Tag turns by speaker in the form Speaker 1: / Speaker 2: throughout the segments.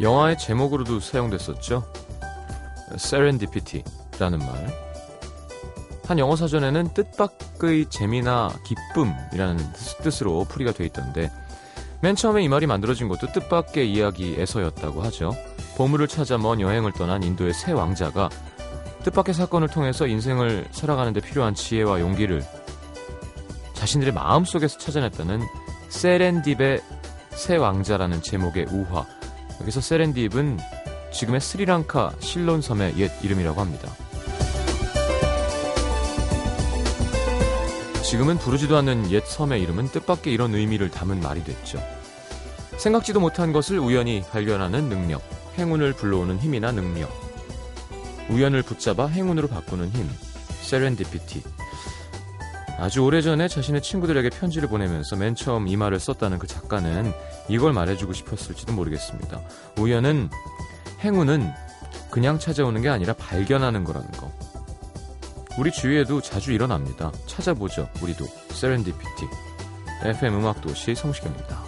Speaker 1: 영화의 제목으로도 사용됐었죠. 세렌디피티라는 말. 한 영어 사전에는 뜻밖의 재미나 기쁨이라는 뜻- 뜻으로 풀이가 돼 있던데 맨 처음에 이 말이 만들어진 것도 뜻밖의 이야기에서였다고 하죠. 보물을 찾아 먼 여행을 떠난 인도의 새 왕자가 뜻밖의 사건을 통해서 인생을 살아가는 데 필요한 지혜와 용기를 자신들의 마음속에서 찾아냈다는 세렌딥의 새 왕자라는 제목의 우화. 여기서 세렌딥은 지금의 스리랑카 실론섬의 옛 이름이라고 합니다. 지금은 부르지도 않는 옛 섬의 이름은 뜻밖의 이런 의미를 담은 말이 됐죠. 생각지도 못한 것을 우연히 발견하는 능력, 행운을 불러오는 힘이나 능력, 우연을 붙잡아 행운으로 바꾸는 힘, 세렌디피티. 아주 오래전에 자신의 친구들에게 편지를 보내면서 맨 처음 이 말을 썼다는 그 작가는 이걸 말해주고 싶었을지도 모르겠습니다. 우연은 행운은 그냥 찾아오는 게 아니라 발견하는 거라는 거. 우리 주위에도 자주 일어납니다. 찾아보죠. 우리도 세렌디피티. FM 음악 도시 성시경입니다.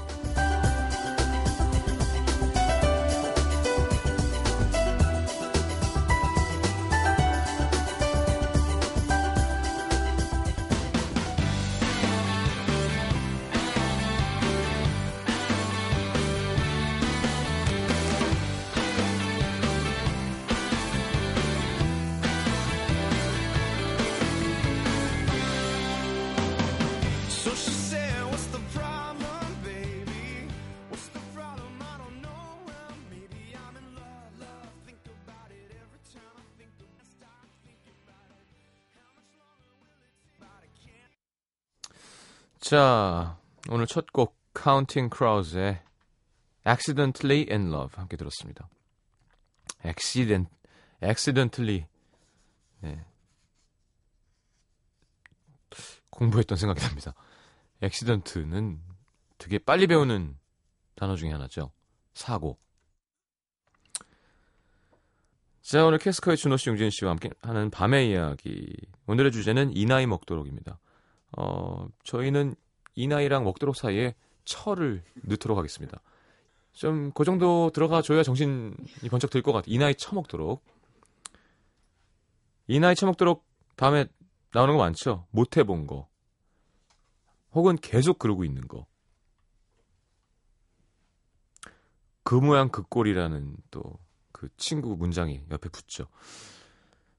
Speaker 2: So she said, What's the problem, baby? What's the problem? I don't know. Well, maybe I'm in love. Love, think about it every time I think of it. Stop thinking about it. How much longer will it take? But I can't.
Speaker 1: 자, 오늘 첫 곡 카운팅 크라우즈의 Accidentally in Love 함께 들었습니다. Accident, Accidentally. 네. 공부했던 생각이 납니다. Accident는 되게 빨리 배우는 단어 중에 하나죠. 사고. 자, 오늘 캐스커의 준호 씨, 용진 씨와 함께 하는 밤의 이야기. 오늘의 주제는 이 나이 먹도록입니다. 어, 저희는 이 나이랑 먹도록 사이에 철을 넣도록 하겠습니다. 좀 그 정도 들어가 줘야 정신이 번쩍 들 것 같아. 이 나이 처먹도록. 이 나이 처먹도록 다음에 나오는 거 많죠. 못 해본 거. 혹은 계속 그러고 있는 거. 그 모양 그 꼴이라는 또 그 친구 문장이 옆에 붙죠.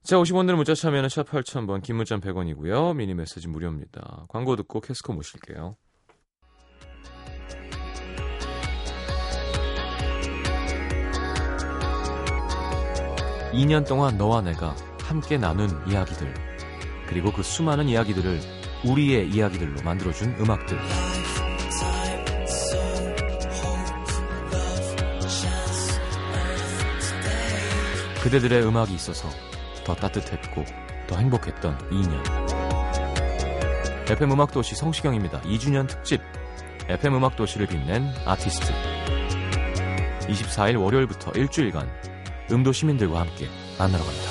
Speaker 1: 자, 50원으로 문자 참여는 샵 8000번, 긴 문자 100원이고요. 미니 메시지 무료입니다. 광고 듣고 캐스코 모실게요. (2년) 동안 너와 내가 함께 나눈 이야기들 그리고 그 수많은 이야기들을 우리의 이야기들로 만들어준 음악들 그대들의 음악이 있어서 더 따뜻했고 더 행복했던 2년. FM 음악도시 성시경입니다. 2주년 특집 FM 음악도시를 빛낸 아티스트 24일 월요일부터 일주일간 음도 시민들과 함께 만나러 갑니다.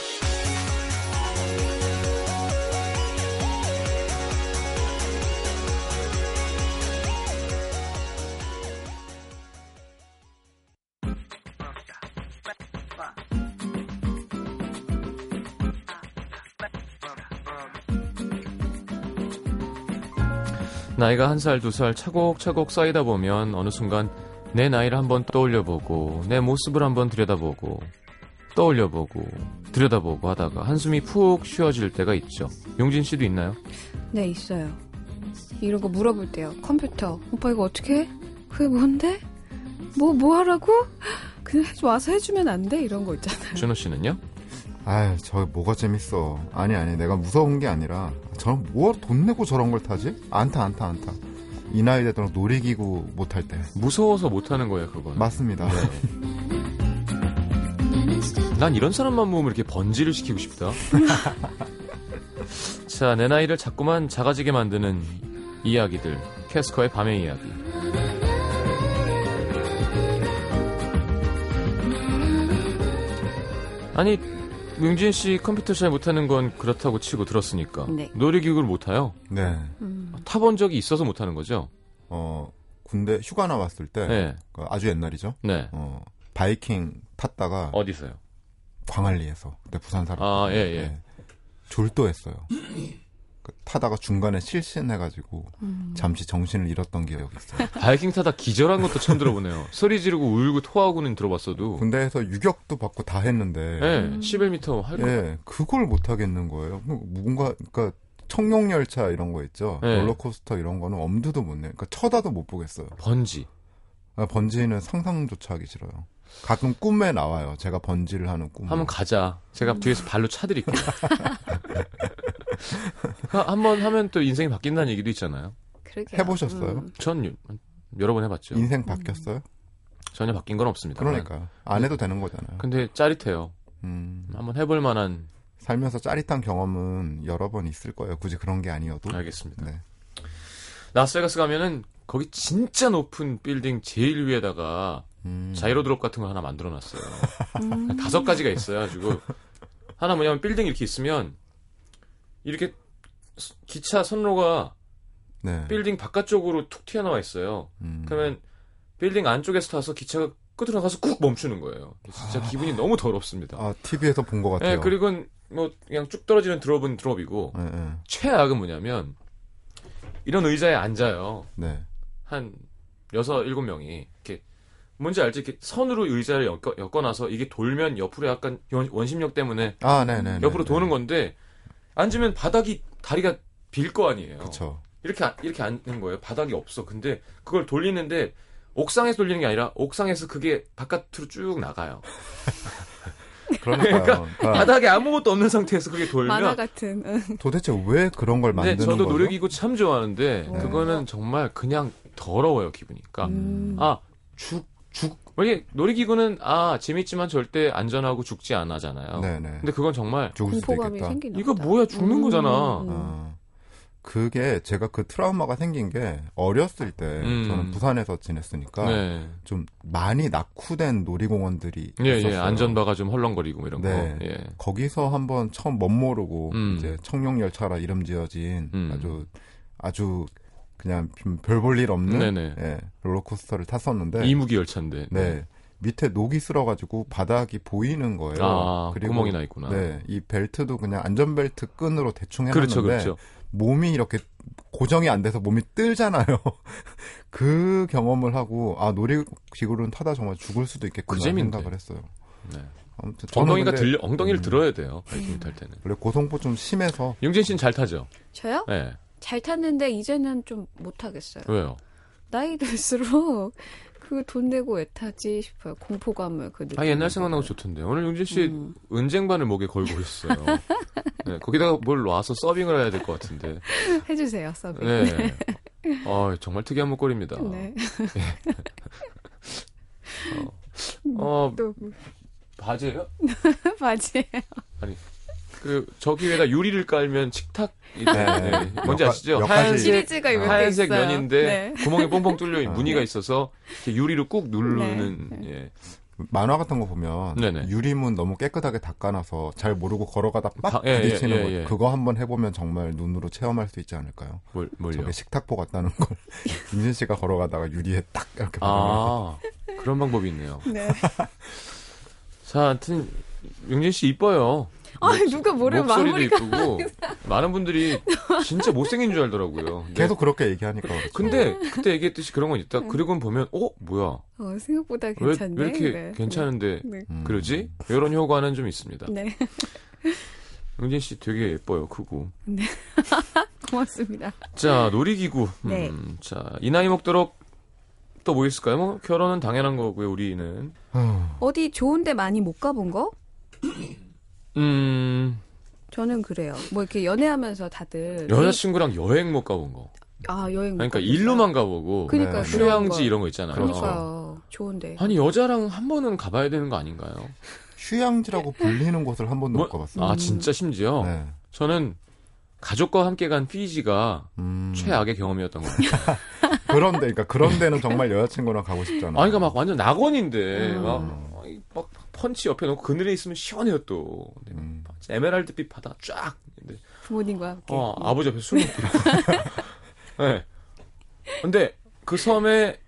Speaker 1: 나이가 한 살, 두 살 차곡차곡 쌓이다 보면 어느 순간 내 나이를 한번 떠올려보고 내 모습을 한번 들여다보고 떠올려보고 들여다보고 하다가 한숨이 푹 쉬어질 때가 있죠. 용진 씨도 있나요?
Speaker 3: 네, 있어요. 이런 거 물어볼 때요. 컴퓨터. 오빠 이거 어떻게 해? 그게 뭔데? 뭐, 뭐 하라고? 그냥 해줘- 와서 해주면 안 돼? 이런 거 있잖아요.
Speaker 1: 준호 씨는요?
Speaker 4: 아유, 저 뭐가 재밌어. 아니, 아니, 내가 무서운 게 아니라, 저는 뭐 돈 내고 저런 걸 타지? 안 타, 안 타, 안 타. 이 나이 되도록 놀이기구 못 탈 때.
Speaker 1: 무서워서 못하는 거예요, 그건.
Speaker 4: 맞습니다.
Speaker 1: 난 이런 사람만 모으면 이렇게 번지를 시키고 싶다. 자, 내 나이를 자꾸만 작아지게 만드는 이야기들. 캐스커의 밤의 이야기. 아니, 용진 씨 컴퓨터 잘 못하는 건 그렇다고 치고 들었으니까.
Speaker 3: 네.
Speaker 1: 놀이기구를 못 타요?
Speaker 4: 네.
Speaker 1: 타본 적이 있어서 못 타는 거죠?
Speaker 4: 어, 군대 휴가 나왔을 때,
Speaker 1: 네.
Speaker 4: 그 아주 옛날이죠.
Speaker 1: 네.
Speaker 4: 어, 바이킹 탔다가
Speaker 1: 어디서요?
Speaker 4: 광안리에서 그때 부산 살았
Speaker 1: 아, 예, 예.
Speaker 4: 졸도했어요. 그 타다가 중간에 실신해가지고 잠시 정신을 잃었던 기억이 있어요.
Speaker 1: 바이킹 타다 기절한 것도 처음 들어보네요. 소리 지르고 울고 토하고는 들어봤어도
Speaker 4: 군대에서 유격도 받고 다 했는데
Speaker 1: 예, 11m 할 거.
Speaker 4: 예, 그걸 못 하겠는 거예요. 뭐, 뭔가 그러니까 청룡 열차 이런 거 있죠.
Speaker 1: 네.
Speaker 4: 롤러코스터 이런 거는 엄두도 못 내. 그러니까 쳐다도 못 보겠어요.
Speaker 1: 번지.
Speaker 4: 아, 번지는 상상조차 하기 싫어요. 가끔 꿈에 나와요. 제가 번지를 하는 꿈.
Speaker 1: 한번 가자. 제가 뒤에서 발로 차드릴게요. 한번 하면 또 인생이 바뀐다는 얘기도 있잖아요.
Speaker 3: 그러게
Speaker 4: 해보셨어요?
Speaker 1: 전 유- 여러 번 해봤죠.
Speaker 4: 인생 바뀌었어요?
Speaker 1: 음. 전혀 바뀐 건 없습니다.
Speaker 4: 그러니까 안 해도 되는 거잖아요.
Speaker 1: 근데 짜릿해요.
Speaker 4: 음,
Speaker 1: 한번 해볼 만한
Speaker 4: 살면서 짜릿한 경험은 여러 번 있을 거예요. 굳이 그런 게 아니어도.
Speaker 1: 알겠습니다.
Speaker 4: 네.
Speaker 1: 라스베가스 가면은 거기 진짜 높은 빌딩 제일 위에다가
Speaker 4: 음,
Speaker 1: 자이로드롭 같은 거 하나 만들어 놨어요.
Speaker 3: 음.
Speaker 1: 다섯 가지가 있어요. 가지고 하나 뭐냐면 빌딩 이렇게 있으면 이렇게 스- 기차 선로가
Speaker 4: 네.
Speaker 1: 빌딩 바깥쪽으로 툭 튀어나와 있어요.
Speaker 4: 음,
Speaker 1: 그러면 빌딩 안쪽에서 타서 기차가 끝으로 가서 꾹 멈추는 거예요. 진짜 기분이 너무 더럽습니다.
Speaker 4: 아 TV에서 본 것 같아요.
Speaker 1: 예, 그리고는 뭐 그냥 쭉 떨어지는 드롭은 드롭이고
Speaker 4: 예, 예.
Speaker 1: 최악은 뭐냐면 이런 의자에 앉아요.
Speaker 4: 네.
Speaker 1: 한 여섯 일곱 명이 이렇게 뭔지 알지? 이렇게 선으로 의자를 엮어, 엮어놔서 이게 돌면 옆으로 약간 연- 원심력 때문에
Speaker 4: 아, 네, 네.
Speaker 1: 옆으로 도는 건데 앉으면 바닥이 다리가 빌 거 아니에요.
Speaker 4: 그렇죠.
Speaker 1: 이렇게 안- 이렇게 앉는 거예요. 바닥이 없어. 근데 그걸 돌리는데 옥상에서 돌리는 게 아니라 옥상에서 그게 바깥으로 쭉 나가요.
Speaker 4: 그러니까요. 그러니까
Speaker 1: 바닥에 아무것도 없는 상태에서 그게 돌면
Speaker 3: 만화 같은. 음. 응.
Speaker 4: 도대체 왜 그런 걸
Speaker 1: 근데
Speaker 4: 만드는
Speaker 1: 네, 저도
Speaker 4: 거죠?
Speaker 1: 노력이고 참 좋아하는데
Speaker 3: 네.
Speaker 1: 그거는 정말 그냥 더러워요 기분이. 그러니까
Speaker 3: 음.
Speaker 1: 아죽죽 이게 놀이기구는 아 재밌지만 절대 안전하고 죽지 않아잖아요.
Speaker 4: 네네.
Speaker 1: 근데 그건 정말
Speaker 4: 죽을 수도
Speaker 3: 공포감이
Speaker 4: 있겠다.
Speaker 3: 생기나
Speaker 1: 이거
Speaker 3: 보다.
Speaker 1: 뭐야 죽는
Speaker 3: 음,
Speaker 1: 거잖아.
Speaker 3: 음.
Speaker 4: 어, 그게 제가 그 트라우마가 생긴 게 어렸을 때
Speaker 1: 음.
Speaker 4: 저는 부산에서 지냈으니까
Speaker 1: 네,
Speaker 4: 좀 많이 낙후된 놀이공원들이
Speaker 1: 예, 예,
Speaker 4: 있었어요.
Speaker 1: 안전바가 좀 헐렁거리고 이런
Speaker 4: 네.
Speaker 1: 거. 예.
Speaker 4: 거기서 한번 처음 멋모르고
Speaker 1: 음.
Speaker 4: 이제 청룡열차라 이름 지어진
Speaker 1: 음.
Speaker 4: 아주 아주 그냥 별 볼 일 없는
Speaker 1: 네네.
Speaker 4: 예, 롤러코스터를 탔었는데
Speaker 1: 이무기 열차인데.
Speaker 4: 네. 밑에 녹이 쓸어가지고 바닥이 보이는 거예요.
Speaker 1: 아 구멍이 나 있구나.
Speaker 4: 네, 이 벨트도 그냥 안전벨트 끈으로 대충 해놨는데
Speaker 1: 그렇죠, 그렇죠.
Speaker 4: 몸이 이렇게 고정이 안 돼서 몸이 뜰잖아요. 그 경험을 하고 아 놀이기구는 타다 정말 죽을 수도 있겠구나
Speaker 1: 그 재밌네.
Speaker 4: 생각을 했어요.
Speaker 1: 네.
Speaker 4: 아무튼 저는
Speaker 1: 엉덩이가
Speaker 4: 근데
Speaker 1: 들 엉덩이를
Speaker 4: 음.
Speaker 1: 들어야 돼요. 바이킹 탈 때는.
Speaker 4: 원래 고성포 좀 심해서
Speaker 1: 용진 씨는 잘 타죠.
Speaker 3: 저요?
Speaker 1: 예.
Speaker 3: 잘 탔는데 이제는 좀 못하겠어요.
Speaker 1: 왜요?
Speaker 3: 나이 들수록 그 돈 내고 왜 타지 싶어요. 공포감을 그 느낌.
Speaker 1: 아
Speaker 4: 음.
Speaker 1: 옛날 생각나고 좋던데. 오늘 용진 씨
Speaker 3: 음.
Speaker 1: 은쟁반을 목에 걸고 있어요. 네, 거기다가 뭘 놔서 서빙을 해야 될 것 같은데.
Speaker 3: 해주세요, 서빙.
Speaker 1: 네. 아, 정말 특이한 목걸이입니다.
Speaker 3: 네.
Speaker 1: 어,
Speaker 3: 또 뭐,
Speaker 1: 바지예요?
Speaker 3: 바지.
Speaker 1: 그 저기 위에다 유리를 깔면 식탁 이
Speaker 4: 네.
Speaker 1: 네. 뭔지
Speaker 4: 몇 가-
Speaker 1: 아시죠?
Speaker 4: 몇
Speaker 1: 하얀,
Speaker 4: 가지-
Speaker 3: 시리즈가 이렇게
Speaker 1: 하얀색
Speaker 3: 있어요. 네.
Speaker 1: 면인데 구멍이 뽕뽕 뚫려 있는
Speaker 4: 아.
Speaker 1: 무늬가 있어서 이렇게 유리로 꾹 누르는 예.
Speaker 4: 만화 같은 거 보면
Speaker 1: 네네.
Speaker 4: 유리문 너무 깨끗하게 닦아놔서 잘 모르고 걸어가다
Speaker 1: 아,
Speaker 4: 빡
Speaker 1: 예, 예,
Speaker 4: 부딪히는
Speaker 1: 예,
Speaker 4: 거
Speaker 1: 예.
Speaker 4: 그거 한번 해보면 정말 눈으로 체험할 수 있지 않을까요?
Speaker 1: 뭘 뭘요?
Speaker 4: 저게 식탁보 같다는 걸 임진 씨가 걸어가다가 유리에 딱 이렇게
Speaker 1: 아
Speaker 4: 바르면서
Speaker 1: 그런 방법이 있네요.
Speaker 3: 네.
Speaker 1: 자, 하여튼 용진 씨 이뻐요.
Speaker 3: 아, 누가 뭐래
Speaker 1: 목소리도
Speaker 3: 마무리가.
Speaker 1: 이쁘고 많은 분들이 진짜 못생긴 줄 알더라고요. 근데-
Speaker 4: 계속 그렇게 얘기하니까 그렇죠.
Speaker 1: 근데 그때 얘기했듯이 그런 건 있다. 그리고는 보면 어 뭐야
Speaker 3: 어, 생각보다
Speaker 1: 왜, 왜
Speaker 3: 괜찮네.
Speaker 1: 이렇게
Speaker 3: 네.
Speaker 1: 괜찮은데 음,
Speaker 3: 네.
Speaker 4: 음.
Speaker 1: 그러지? 이런 효과는 좀 있습니다.
Speaker 3: 네.
Speaker 1: 용진 씨 되게 예뻐요 크고.
Speaker 3: 고맙습니다.
Speaker 1: 자 놀이기구.
Speaker 3: 네.
Speaker 1: 음, 자이 나이 먹도록 또 뭐 있을까요? 뭐 결혼은 당연한 거고요 우리는.
Speaker 4: 아휴,
Speaker 3: 어디 좋은데 많이 못 가본 거?
Speaker 1: 음
Speaker 3: 저는 그래요. 뭐 이렇게 연애하면서 다들
Speaker 1: 여자친구랑 여행 못 가본 거.
Speaker 3: 아 여행 못
Speaker 1: 그러니까
Speaker 3: 가봤어요.
Speaker 1: 일로만 가보고
Speaker 3: 그러니까요.
Speaker 4: 네.
Speaker 3: 그런
Speaker 1: 휴양지
Speaker 3: 거.
Speaker 1: 이런 거 있잖아요.
Speaker 3: 그러니까요. 좋은데.
Speaker 1: 아니 여자랑 한 번은 가봐야 되는 거 아닌가요?
Speaker 4: 휴양지라고 불리는 곳을 한 번도
Speaker 1: 뭐-
Speaker 3: 음.
Speaker 4: 못 가봤어요.
Speaker 1: 아 진짜 심지어
Speaker 4: 네.
Speaker 1: 저는 가족과 함께 간 피지가
Speaker 4: 음,
Speaker 1: 최악의 경험이었던 것 같아요.
Speaker 4: 그런데 그러니까 그런 데는 정말 여자친구랑 가고 싶잖아.
Speaker 1: 아니, 그러니까 막 완전 낙원인데,
Speaker 3: 음.
Speaker 1: 막, 막 펀치 옆에 놓고 그늘에 있으면 시원해요, 또. 근데
Speaker 4: 음.
Speaker 1: 막 진짜 에메랄드빛 바다 쫙. 근데,
Speaker 3: 부모님과 함께.
Speaker 1: 어, 아버지 옆에 술 먹고. 네. 근데 그 섬에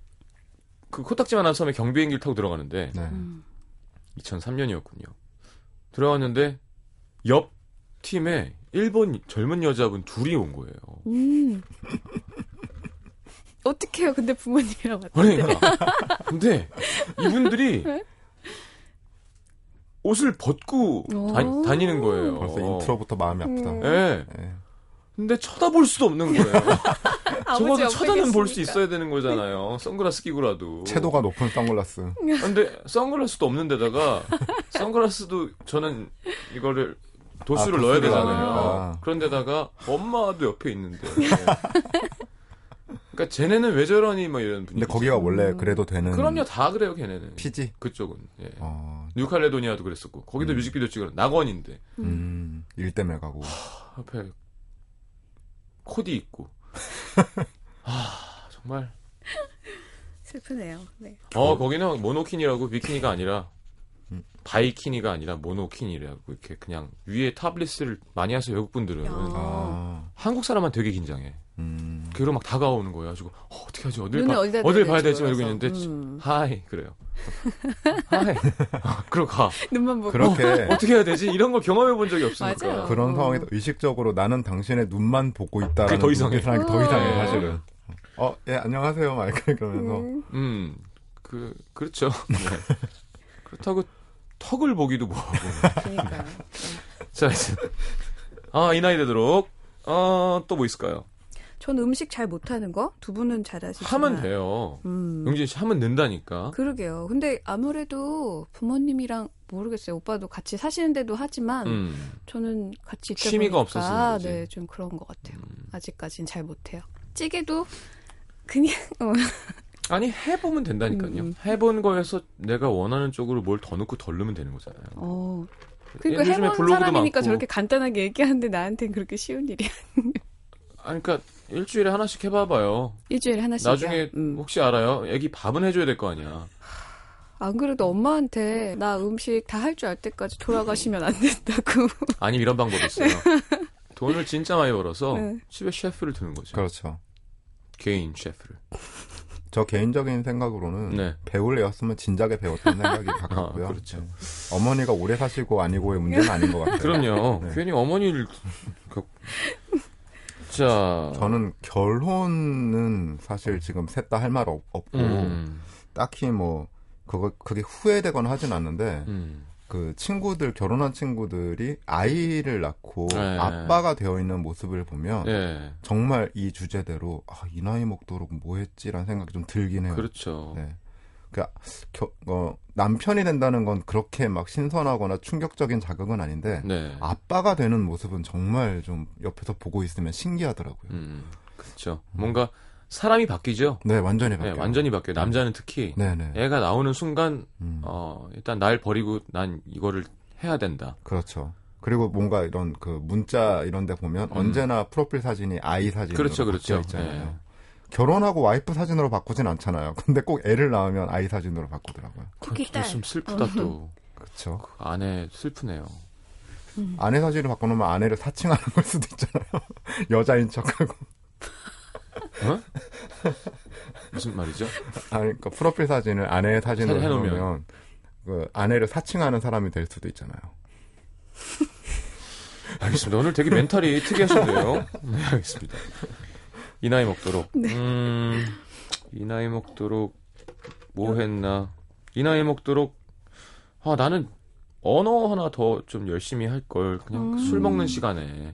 Speaker 1: 그 코딱지만한 섬에 경비행기를 타고 들어가는데
Speaker 4: 네.
Speaker 3: 음.
Speaker 1: 2003년이었군요. 들어갔는데 옆 팀에 일본 젊은 여자분 둘이 온 거예요.
Speaker 3: 음. 어떡해요, 근데 부모님이랑 왔다.
Speaker 1: 아니, 그러니까. 근데 이분들이
Speaker 3: 네?
Speaker 1: 옷을 벗고
Speaker 3: 오.
Speaker 1: 다, 니는 거예요.
Speaker 4: 벌써 인트로부터 마음이 아프다.
Speaker 3: 음.
Speaker 1: 예.
Speaker 4: 네.
Speaker 1: 근데 쳐다볼 수도 없는 거예요.
Speaker 3: 아버지
Speaker 1: 적어도
Speaker 3: 옆에
Speaker 1: 쳐다는 볼 수
Speaker 3: 계시니까.
Speaker 1: 있어야 되는 거잖아요. 선글라스 끼고라도.
Speaker 4: 채도가 높은 선글라스.
Speaker 1: 근데 선글라스도 없는 데다가 선글라스도 저는 이거를 도수를
Speaker 4: 아,
Speaker 1: 넣어야
Speaker 4: 도수를
Speaker 1: 되잖아요.
Speaker 4: 넣으니까.
Speaker 1: 그런 데다가 엄마도 옆에 있는데. 그러니까 쟤네는 왜 저러니 막 이런 분위기.
Speaker 4: 근데 거기가 원래 그래도 되는
Speaker 1: 음. 그럼요 다 그래요 걔네는.
Speaker 4: 피지.
Speaker 1: 그쪽은. 예.
Speaker 4: 어,
Speaker 1: 뉴칼레도니아도 그랬었고 거기도
Speaker 4: 음.
Speaker 1: 뮤직비디오 찍으러 낙원인데
Speaker 4: 음, 일 때문에 가고.
Speaker 1: 앞에 코디 있고. 아 정말.
Speaker 3: 슬프네요. 네.
Speaker 1: 어 거기는 모노킨이라고 비키니가 아니라
Speaker 4: 음.
Speaker 1: 바이키니가 아니라 모노킨이라고 이렇게 그냥 위에 탑리스를 많이 하세요 외국 분들은
Speaker 3: 야.
Speaker 4: 아,
Speaker 1: 한국 사람만 되게 긴장해
Speaker 4: 음,
Speaker 1: 그로 막 다가오는 거예요 가지고 어, 어떻게 하지 어딜
Speaker 3: 눈을
Speaker 1: 봐,
Speaker 3: 어디다
Speaker 1: 어딜
Speaker 3: 대야
Speaker 1: 봐야
Speaker 3: 될지
Speaker 1: 되지 이러고
Speaker 3: 몰라서.
Speaker 1: 있는데
Speaker 3: 음.
Speaker 1: 하이 그래요 하이 아, 그러고 가
Speaker 3: 눈만 보고.
Speaker 4: 그렇게
Speaker 1: 어떻게 해야 되지 이런 걸 경험해 본 적이
Speaker 3: 맞아요.
Speaker 1: 없으니까
Speaker 4: 그런
Speaker 3: 어.
Speaker 4: 상황에서 의식적으로 나는 당신의 눈만 보고
Speaker 1: 그게
Speaker 4: 있다라는
Speaker 1: 더 이상해.
Speaker 4: 느낌이 더 이상해
Speaker 1: 어.
Speaker 4: 사실은. 어, 예, 안녕하세요, 마이클 그러면서
Speaker 3: 음.
Speaker 1: 음그 그렇죠 네. 그렇다고 턱을 보기도 뭐하고
Speaker 3: 그러니까요.
Speaker 1: 자 이제 아이 나이 되도록 아또 뭐 있을까요
Speaker 3: 전 음식 잘 못하는 거? 두 분은 잘하시지만.
Speaker 1: 하면 돼요
Speaker 3: 음.
Speaker 1: 용진 씨 하면 는다니까.
Speaker 3: 그러게요. 근데 아무래도 부모님이랑 모르겠어요. 오빠도 같이 사시는데도 하지만
Speaker 1: 음.
Speaker 3: 저는 같이 있다
Speaker 1: 취미가
Speaker 3: 보니까
Speaker 1: 없었으니 그러지.
Speaker 3: 네, 좀 그런 것 같아요.
Speaker 1: 음.
Speaker 3: 아직까진 잘 못해요. 찌개도 그냥 어.
Speaker 1: 아니 해보면 된다니까요.
Speaker 3: 음.
Speaker 1: 해본 거에서 내가 원하는 쪽으로 뭘 더 넣고 덜 넣으면 되는 거잖아요.
Speaker 3: 어. 그러니까
Speaker 1: 요즘에
Speaker 3: 해본
Speaker 1: 블로그도
Speaker 3: 사람이니까
Speaker 1: 많고.
Speaker 3: 저렇게 간단하게 얘기하는데 나한텐 그렇게 쉬운 일이야.
Speaker 1: 아니, 그러니까 일주일에 하나씩 해봐봐요.
Speaker 3: 일주일에 음. 하나씩.
Speaker 1: 나중에 뭐. 혹시 알아요? 애기 밥은 해줘야 될 거 아니야.
Speaker 3: 안 그래도 엄마한테 나 음식 다 할 줄 알 때까지 돌아가시면 안 된다고.
Speaker 1: 아니 이런 방법이 있어요. 돈을 진짜 많이 벌어서
Speaker 3: 네.
Speaker 1: 집에 셰프를 두는 거죠.
Speaker 4: 그렇죠.
Speaker 1: 개인 셰프를.
Speaker 4: 저 개인적인 생각으로는
Speaker 1: 네.
Speaker 4: 배울 애였으면 진작에 배웠던 생각이 가깝고요.
Speaker 1: 아, 그렇죠.
Speaker 4: 네. 어머니가 오래 사시고 아니고의 문제는 아닌 것 같아요.
Speaker 1: 그럼요.
Speaker 4: 네.
Speaker 1: 괜히 어머니를 그- 자
Speaker 4: 저는 결혼은 사실 지금 셋 다 할 말 없고
Speaker 1: 음,
Speaker 4: 딱히 뭐 그거 그게 후회되거나 하진 않는데
Speaker 1: 음.
Speaker 4: 그 친구들 결혼한 친구들이 아이를 낳고
Speaker 1: 네.
Speaker 4: 아빠가 되어 있는 모습을 보면
Speaker 1: 예
Speaker 4: 정말 이 주제대로 아, 이 나이 먹도록 뭐 했지라는 생각이 좀 들긴 해요.
Speaker 1: 그렇죠.
Speaker 4: 네. 그 겨- 어, 남편이 된다는 건 그렇게 막 신선하거나 충격적인 자극은 아닌데
Speaker 1: 네.
Speaker 4: 아빠가 되는 모습은 정말 좀 옆에서 보고 있으면 신기하더라고요.
Speaker 1: 음, 그렇죠. 뭔가 사람이 바뀌죠.
Speaker 4: 네, 완전히
Speaker 1: 네,
Speaker 4: 바뀌어요.
Speaker 1: 완전히 바뀌어요. 남자는 특히
Speaker 4: 네, 네.
Speaker 1: 애가 나오는 순간
Speaker 4: 음,
Speaker 1: 어, 일단 날 버리고 난 이거를 해야 된다.
Speaker 4: 그렇죠. 그리고 뭔가 이런 그 문자 이런 데 보면
Speaker 1: 음.
Speaker 4: 언제나 프로필 사진이 아이 사진으로
Speaker 1: 그렇죠,
Speaker 4: 바뀌어
Speaker 1: 그렇죠.
Speaker 4: 있잖아요.
Speaker 1: 네.
Speaker 4: 결혼하고 와이프 사진으로 바꾸진 않잖아요. 근데 꼭 애를 낳으면 아이 사진으로 바꾸더라고요.
Speaker 3: 특히 딸.
Speaker 1: 좀 슬프다 또.
Speaker 4: 그렇죠.
Speaker 1: 그 아내 슬프네요.
Speaker 4: 아내 사진을 바꿔놓으면 아내를 사칭하는 걸 수도 있잖아요. 여자인 척하고.
Speaker 1: 무슨 말이죠?
Speaker 4: 아니, 그러니까 프로필 사진을 아내의 사진으로
Speaker 1: 사진 해놓으면.
Speaker 4: 해놓으면 그 아내를 사칭하는 사람이 될 수도 있잖아요.
Speaker 3: 어.
Speaker 1: 알겠습니다. 오늘 되게 멘탈이 특이하신데요. 네, 알겠습니다. 이 나이 먹도록.
Speaker 3: 네.
Speaker 1: 음, 이 나이 먹도록 뭐 했나? 이 나이 먹도록 아 나는 언어 하나 더 좀 열심히 할 걸 그냥
Speaker 3: 음.
Speaker 1: 술 먹는 시간에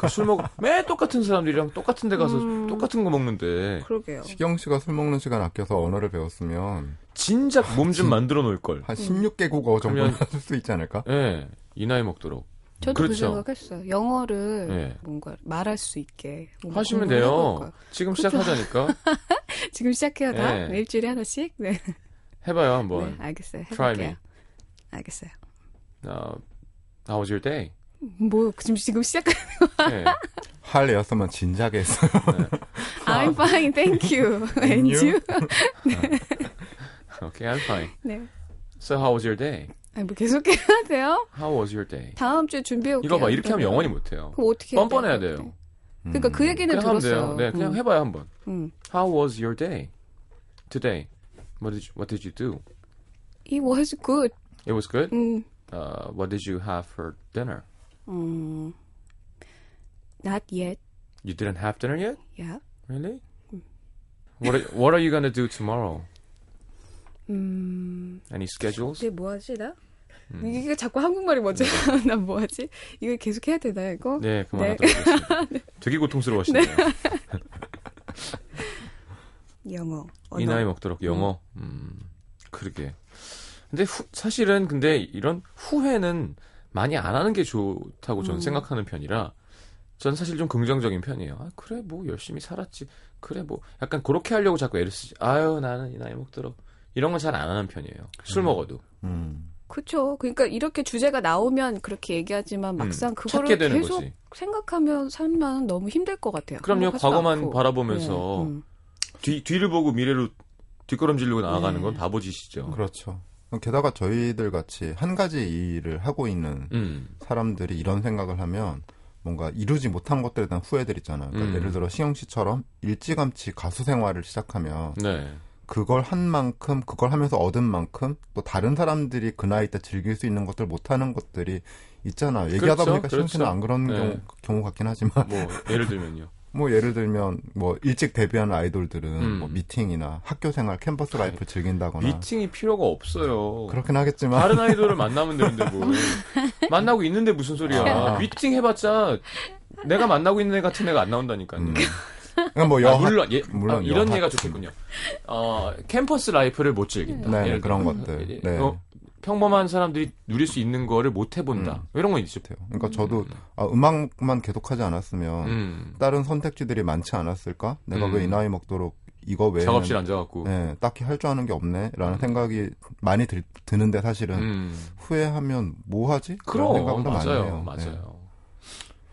Speaker 1: 그술 먹. 매 똑같은 사람들이랑 똑같은 데 가서
Speaker 3: 음.
Speaker 1: 똑같은 거 먹는데
Speaker 3: 그러게요.
Speaker 4: 시경 씨가 술 먹는 시간 아껴서 언어를 배웠으면
Speaker 1: 진작 몸 좀 만들어 놓을 걸.
Speaker 3: 음.
Speaker 4: 한 16개국어 정도는
Speaker 1: 그러면-
Speaker 4: 할 수 있지 않을까?
Speaker 1: 예, 이 나이 먹도록.
Speaker 3: 저도 그
Speaker 1: 그렇죠.
Speaker 3: 생각했어요. 영어를
Speaker 1: 네.
Speaker 3: 뭔가 말할 수 있게 뭔가
Speaker 1: 하시면
Speaker 3: 공부를
Speaker 1: 돼요.
Speaker 3: 해볼까요?
Speaker 1: 지금
Speaker 3: 그렇죠.
Speaker 1: 시작하자니까
Speaker 3: 지금 시작해야 다
Speaker 1: 네.
Speaker 3: 일주일에 하나씩. 네,
Speaker 1: 해봐요 한번.
Speaker 3: 네 알겠어요.
Speaker 1: Try me.
Speaker 3: 해볼게요. 알겠어요.
Speaker 1: Uh, how was your day?
Speaker 3: 뭐 지금 지금 시작.
Speaker 1: 예.
Speaker 4: 할 애였으면 진작에 했어요.
Speaker 1: 아.
Speaker 3: I'm fine, thank you. And
Speaker 4: And you?
Speaker 3: you?
Speaker 1: Okay, I'm fine.
Speaker 3: 네.
Speaker 1: So how was your day?
Speaker 3: 아니 뭐 계속 해야 돼요.
Speaker 1: How was your day?
Speaker 3: 다음 주에 준비해 올게요. 네.
Speaker 1: 이거 봐 이렇게 하면 영원히 못해요.
Speaker 3: 그럼 어떻게 해야
Speaker 1: 뻔뻔해야
Speaker 3: 돼요?
Speaker 1: 돼요. 음.
Speaker 3: 그러니까 그 얘기는
Speaker 1: 그냥 하면
Speaker 3: 들었어요.
Speaker 1: 돼요. 네, 그냥
Speaker 3: 음,
Speaker 1: 해봐요 한번.
Speaker 3: 음.
Speaker 1: How was your day? Today. What did you, what did you do?
Speaker 3: It was 뭐 good.
Speaker 1: It was good.
Speaker 3: 음,
Speaker 1: Uh, what did you have for dinner?
Speaker 3: 음, not yet.
Speaker 1: You didn't have dinner yet?
Speaker 3: Yeah.
Speaker 1: Really? What are, what are you gonna do tomorrow?
Speaker 3: 음,
Speaker 1: Any schedules? 음.
Speaker 3: 근데 뭐 하지 나? 이게 자꾸 한국말이 뭐지? 나뭐 하지? 이거 계속 해야 되나 이거?
Speaker 1: 네,
Speaker 3: 네.
Speaker 1: 그만하도록 하겠습니다. 되게 고통스러워하시네요.
Speaker 3: 영어.
Speaker 1: 이
Speaker 3: 언어.
Speaker 1: 네. 나이 먹도록 영어. 음, 그러게. 근데 후- 사실은 근데 이런 후회는 많이 안 하는 게 좋다고 저는
Speaker 3: 음.
Speaker 1: 생각하는 편이라 전 사실 좀 긍정적인 편이에요. 아, 그래 뭐 열심히 살았지. 그래 뭐 약간 그렇게 하려고 자꾸 애를 쓰지. 아유 나는 이 나이 먹도록 이런 건 잘 안 하는 편이에요. 술 먹어도
Speaker 4: 음.
Speaker 3: 그쵸. 그러니까 이렇게 주제가 나오면 그렇게 얘기하지만 막상
Speaker 1: 음,
Speaker 3: 그거를
Speaker 1: 찾게 되는
Speaker 3: 계속
Speaker 1: 거지. 생각하면
Speaker 3: 생각하면 살면 너무 힘들 것 같아요.
Speaker 1: 그럼요.
Speaker 3: 행복하지도
Speaker 1: 과거만
Speaker 3: 않고.
Speaker 1: 바라보면서
Speaker 3: 네, 음.
Speaker 1: 뒤 뒤를 보고 미래로 뒷걸음질로 나아가는 건
Speaker 3: 네.
Speaker 1: 바보짓이죠.
Speaker 4: 그렇죠. 게다가 저희들 같이 한 가지 일을 하고 있는
Speaker 1: 음,
Speaker 4: 사람들이 이런 생각을 하면 뭔가 이루지 못한 것들에 대한 후회들 있잖아요. 그러니까
Speaker 1: 음.
Speaker 4: 예를 들어 시영 씨처럼 일찌감치 가수 생활을 시작하면
Speaker 1: 네.
Speaker 4: 그걸 한 만큼 그걸 하면서 얻은 만큼 또 다른 사람들이 그 나이 때 즐길 수 있는 것들 못하는 것들이 있잖아요. 얘기하다
Speaker 1: 그렇죠,
Speaker 4: 보니까 시영 씨는
Speaker 1: 그렇죠.
Speaker 4: 안 그런
Speaker 1: 네.
Speaker 4: 경우, 경우 같긴 하지만
Speaker 1: 뭐 예를 들면요.
Speaker 4: 뭐 예를 들면 뭐 일찍 데뷔한 아이돌들은
Speaker 1: 음. 아,
Speaker 4: 뭐 미팅이나 학교 생활 캠퍼스 라이프 즐긴다거나
Speaker 1: 미팅이 필요가 없어요.
Speaker 4: 그렇긴 하겠지만
Speaker 1: 다른 아이돌을 만나면 되는데 뭐 만나고 있는데 무슨 소리야
Speaker 4: 아.
Speaker 1: 미팅 해봤자 내가 만나고 있는 애 같은 애가 안 나온다니까요
Speaker 4: 음. 그러니까 뭐
Speaker 1: 아,
Speaker 4: 여학
Speaker 1: 물론, 예,
Speaker 4: 물론
Speaker 1: 아, 이런
Speaker 4: 여학-
Speaker 1: 얘가 좋겠군요 어, 캠퍼스 라이프를 못 즐긴다
Speaker 4: 네,
Speaker 1: 예를
Speaker 4: 그런
Speaker 1: 들면.
Speaker 4: 것들.
Speaker 1: 예,
Speaker 4: 네.
Speaker 1: 어, 평범한 사람들이 누릴 수 있는 거를 못 해본다 이런 건 있죠
Speaker 4: 같아요. 그러니까 음. 저도 아, 음악만 계속하지 않았으면
Speaker 1: 음,
Speaker 4: 다른 선택지들이 많지 않았을까? 내가
Speaker 1: 음.
Speaker 4: 왜 이 나이 먹도록 이거 외에는
Speaker 1: 작업실 앉아갖고
Speaker 4: 네, 딱히 할 줄 아는 게 없네라는
Speaker 1: 음.
Speaker 4: 생각이 많이 들, 드는데 사실은
Speaker 1: 음.
Speaker 4: 후회하면 뭐 하지? 그런
Speaker 1: 그럼
Speaker 4: 생각도 많이
Speaker 1: 맞아요
Speaker 4: 해요. 네.
Speaker 1: 맞아요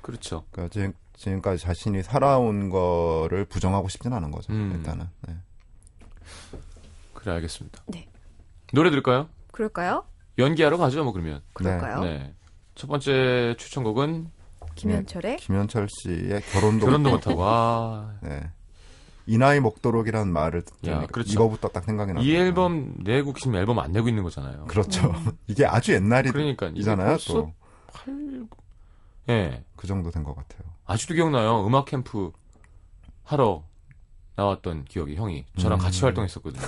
Speaker 1: 그렇죠
Speaker 4: 그러니까 지금, 지금까지 자신이 살아온 거를 부정하고 싶진 않은 거죠.
Speaker 1: 음.
Speaker 4: 일단은. 네.
Speaker 1: 그래 알겠습니다
Speaker 3: 네.
Speaker 1: 노래 들을까요?
Speaker 3: 그럴까요?
Speaker 1: 연기하러 가죠 뭐 그러면
Speaker 3: 그럴까요?
Speaker 1: 네. 첫 번째 추천곡은 네.
Speaker 3: 김현철의
Speaker 4: 김현철 씨의 결혼도
Speaker 1: 결혼도 못하고 아,
Speaker 4: 네. 이 나이 먹도록이란 말을
Speaker 1: 야,
Speaker 4: 듣니까
Speaker 1: 그렇죠.
Speaker 4: 이거부터 딱 생각이 나요.
Speaker 1: 이 앨범 내고 지금 앨범 안 내고 있는 거잖아요.
Speaker 4: 네, 그렇죠. 이게 아주 옛날이
Speaker 1: 그러니까 이게
Speaker 4: 이잖아요.
Speaker 1: 벌써
Speaker 4: 또 그
Speaker 1: 팔- 예.
Speaker 4: 정도 된 것 같아요.
Speaker 1: 아직도 기억나요. 음악 캠프 하러 나왔던 기억이 형이 저랑
Speaker 4: 음.
Speaker 1: 같이 활동했었거든요.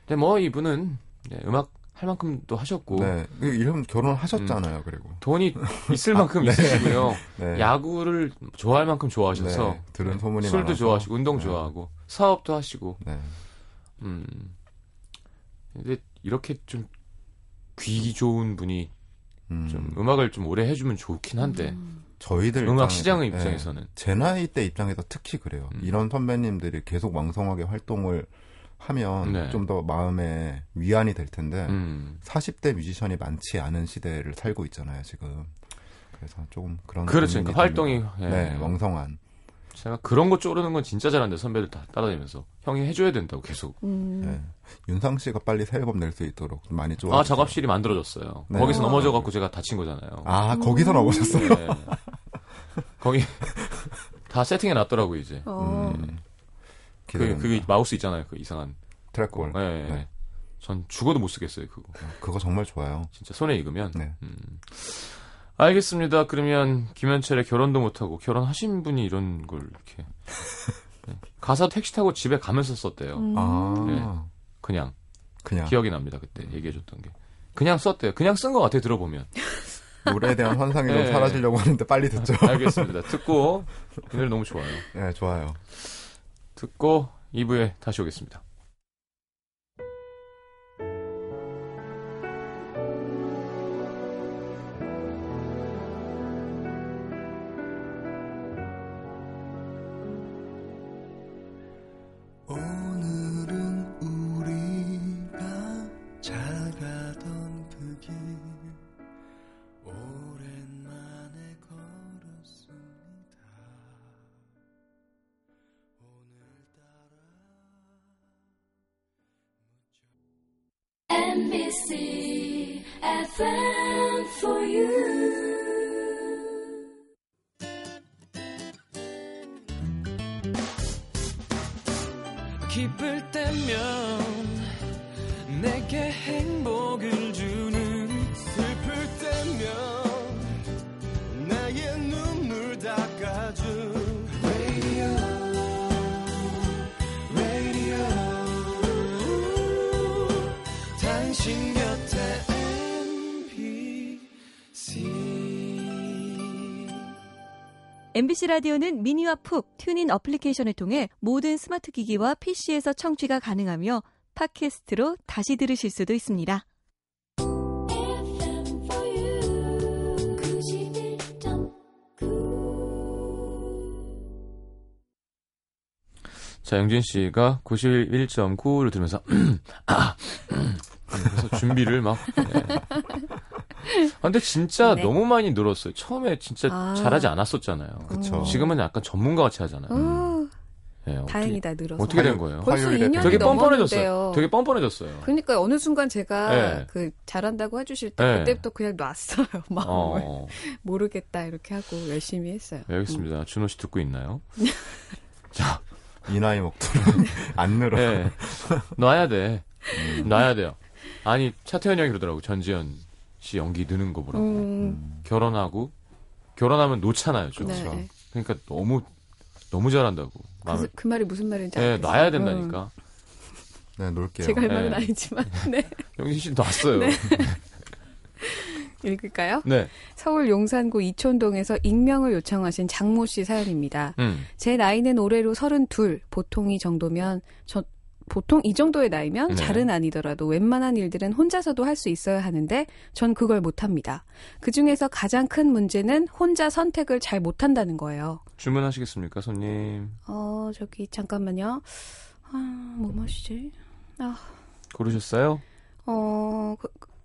Speaker 1: 근데 뭐 이분은 네, 음악 할 만큼도 하셨고
Speaker 4: 네, 그 이름 결혼하셨잖아요. 그리고
Speaker 1: 돈이 있을 만큼 있으시고요.
Speaker 4: 네.
Speaker 1: 음. 야구를 좋아할 만큼 좋아하셔서
Speaker 4: 네, 들은 소문이
Speaker 1: 술도
Speaker 4: 많아서.
Speaker 1: 좋아하시고 운동
Speaker 4: 네.
Speaker 1: 좋아하고 사업도 하시고
Speaker 4: 네.
Speaker 1: 음. 근데 이렇게 좀 귀 좋은 분이
Speaker 4: 음,
Speaker 1: 좀 음. 악을좀 오래 해주면 좋긴 한데
Speaker 3: 음.
Speaker 4: 저희들
Speaker 1: 음악
Speaker 4: 입장에서-
Speaker 1: 시장의
Speaker 4: 네.
Speaker 1: 입장에서는
Speaker 4: 제 나이 때 입장에서 특히 그래요.
Speaker 1: 음.
Speaker 4: 이런 선배님들이 계속 왕성하게 활동을 하면
Speaker 1: 네.
Speaker 4: 좀 더 마음에 위안이 될 텐데
Speaker 1: 음.
Speaker 4: 40대 뮤지션이 많지 않은 시대를 살고 있잖아요, 지금. 그래서 조금 그런
Speaker 1: 그렇죠.
Speaker 4: 고민이
Speaker 1: 그러니까 활동이
Speaker 4: 됩니다.
Speaker 1: 예.
Speaker 4: 네, 왕성한.
Speaker 1: 제가 그런 거 쪼르는 건 진짜 잘하는데 선배들 다 따라다니면서 형이 해줘야 된다고 계속
Speaker 3: 음,
Speaker 4: 네. 윤상 씨가 빨리 새 앨범 낼 수 있도록 좀 많이 좋아.
Speaker 1: 아 작업실이 만들어졌어요.
Speaker 4: 네.
Speaker 1: 거기서
Speaker 3: 아.
Speaker 1: 넘어져 갖고 제가 다친 거잖아요.
Speaker 4: 아, 거기서
Speaker 3: 음.
Speaker 4: 넘어졌어요.
Speaker 1: 네. 거기 다 세팅해 놨더라고 이제.
Speaker 3: 어,
Speaker 4: 음.
Speaker 1: 그
Speaker 4: 기대된다.
Speaker 1: 그게 마우스 있잖아요. 그 이상한.
Speaker 4: 트랙볼.
Speaker 1: 예, 예.
Speaker 4: 네.
Speaker 1: 전 죽어도 못 쓰겠어요 그거.
Speaker 4: 그거 정말 좋아요.
Speaker 1: 진짜 손에 익으면.
Speaker 4: 네.
Speaker 1: 음. 알겠습니다. 그러면 김현철의 결혼도 못하고 결혼하신 분이 이런 걸 이렇게 네. 가사 택시 타고 집에 가면서 썼대요.
Speaker 3: 음.
Speaker 4: 아,
Speaker 1: 네. 그냥
Speaker 4: 그냥
Speaker 1: 기억이 납니다. 그때 얘기해줬던 게 그냥 썼대요. 그냥 쓴 것 같아요. 들어보면.
Speaker 4: 노래에 대한 환상이
Speaker 1: 네.
Speaker 4: 좀 사라지려고 하는데 빨리 듣죠.
Speaker 1: 알겠습니다. 듣고 이 노래 너무 좋아요.
Speaker 4: 네, 좋아요.
Speaker 1: 듣고 2부에 다시 오겠습니다.
Speaker 2: 오늘은 우리가 작아던 그 길 오랜만에 걸었습니다 오늘따라
Speaker 5: E NBC FM for you.
Speaker 2: 기쁠 때면 내게 행복을 주는 슬플 때면 나의 눈물 닦아준 Radio Radio 당신 곁에 MBC
Speaker 6: MBC 라디오는 미니와 푹 튜닝 어플리케이션을 통해 모든 스마트 기기와 PC에서 청취가 가능하며 팟캐스트로 다시 들으실 수도 있습니다.
Speaker 5: FM for you. 91.9.
Speaker 1: 자, 영진 씨가 91.9를 들으면서 아, 그래서 준비를 막. 네. 아, 근데 진짜
Speaker 3: 네.
Speaker 1: 너무 많이 늘었어요. 처음에 진짜
Speaker 3: 아.
Speaker 1: 잘하지 않았었잖아요.
Speaker 4: 그쵸.
Speaker 1: 지금은 약간 전문가 같이 하잖아요.
Speaker 3: 어,
Speaker 1: 네, 어떻게-
Speaker 3: 다행이다 늘어서.
Speaker 1: 어떻게 된 거예요?
Speaker 3: 벌써
Speaker 4: 화요일에
Speaker 3: 2년이
Speaker 1: 되게
Speaker 4: 되게
Speaker 1: 뻔뻔해졌어요.
Speaker 3: 넘었는데요.
Speaker 1: 되게 뻔뻔해졌어요.
Speaker 3: 그러니까 어느 순간 제가
Speaker 1: 네.
Speaker 3: 그 잘한다고 해주실 때
Speaker 1: 네.
Speaker 3: 그때부터 그냥 놨어요 마음을
Speaker 1: 어,
Speaker 3: 모르겠다 이렇게 하고 열심히 했어요.
Speaker 1: 네, 알겠습니다. 준호 씨 듣고 있나요?
Speaker 4: 이 나이 먹더라. 안 늘어.
Speaker 1: 네. 놔야 돼. 음, 놔야 돼요. 아니, 차태현 형이 그러더라고. 전지현 씨 연기 느는 거 보라고.
Speaker 3: 음,
Speaker 1: 결혼하고, 결혼하면 놓잖아요, 좀.
Speaker 3: 네.
Speaker 4: 그렇죠.
Speaker 1: 그러니까 너무, 너무 잘한다고.
Speaker 3: 그, 음.
Speaker 1: 마음을.
Speaker 3: 그 말이 무슨 말인지
Speaker 1: 네,
Speaker 3: 알겠어요. 어.
Speaker 1: 놔야 된다니까.
Speaker 4: 네, 놀게요.
Speaker 3: 제가 할
Speaker 1: 네.
Speaker 3: 말은 아니지만 네
Speaker 1: 영진 씨 놨어요.
Speaker 3: 네.
Speaker 1: 네.
Speaker 3: 읽을까요? 서울 용산구 이촌동에서 익명을 요청하신 장모 씨 사연입니다.
Speaker 1: 음.
Speaker 3: 제 나이는 올해로 32, 보통 이 정도면 저 보통 이 정도의 나이면
Speaker 1: 네.
Speaker 3: 잘은 아니더라도 웬만한 일들은 혼자서도 할 수 있어야 하는데 전 그걸 못합니다. 그 중에서 가장 큰 문제는 혼자 선택을 잘 못한다는 거예요.
Speaker 1: 주문하시겠습니까, 손님?
Speaker 3: 어 저기 잠깐만요. 아, 뭐 마시지?
Speaker 1: 고르셨어요?
Speaker 3: 어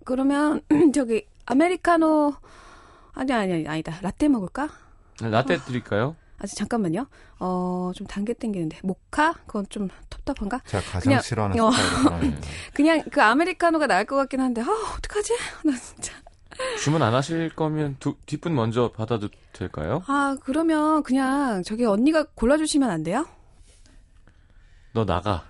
Speaker 3: 그, 러면 저기 아메리카노 아니 아니 아니 아니다 라떼 먹을까?
Speaker 1: 네, 라떼 드릴까요?
Speaker 3: 아직 잠깐만요. 어좀 단계 땡기는데 모카 그건 좀 텁텁한가?
Speaker 4: 제가 가장
Speaker 3: 그냥-
Speaker 4: 싫어하는
Speaker 3: 어.
Speaker 1: 아, 네.
Speaker 4: 스타일이거든요.
Speaker 3: 그냥 그 아메리카노가 나을 것 같긴 한데 아 어떡하지? 나 진짜
Speaker 1: 주문 안 하실 거면 두- 뒷분 먼저 받아도 될까요?
Speaker 3: 아 그러면 그냥 저기 언니가 골라주시면 안 돼요?
Speaker 1: 너 나가.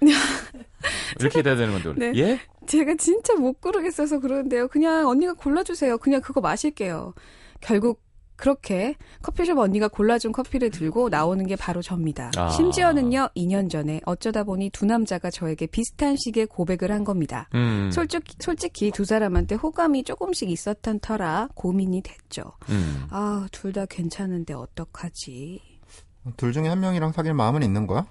Speaker 1: 이렇게 돼야 되는 건데, 원래.
Speaker 3: 네.
Speaker 1: 예?
Speaker 3: 제가 진짜 못 고르겠어서 그러는데요. 그냥 언니가 골라주세요. 그냥 그거 마실게요. 결국 그렇게 커피숍 언니가 골라준 커피를 들고 나오는 게 바로 접니다.
Speaker 1: 아.
Speaker 3: 심지어는요, 2년 전에 어쩌다 보니 두 남자가 저에게 비슷한 식의 고백을 한 겁니다.
Speaker 1: 음.
Speaker 3: 솔직, 솔직히 두 사람한테 호감이 조금씩 있었던 터라 고민이 됐죠.
Speaker 1: 음.
Speaker 3: 아, 둘 다 괜찮은데 어떡하지?
Speaker 4: 둘 중에 한 명이랑 사귈 마음은 있는 거야?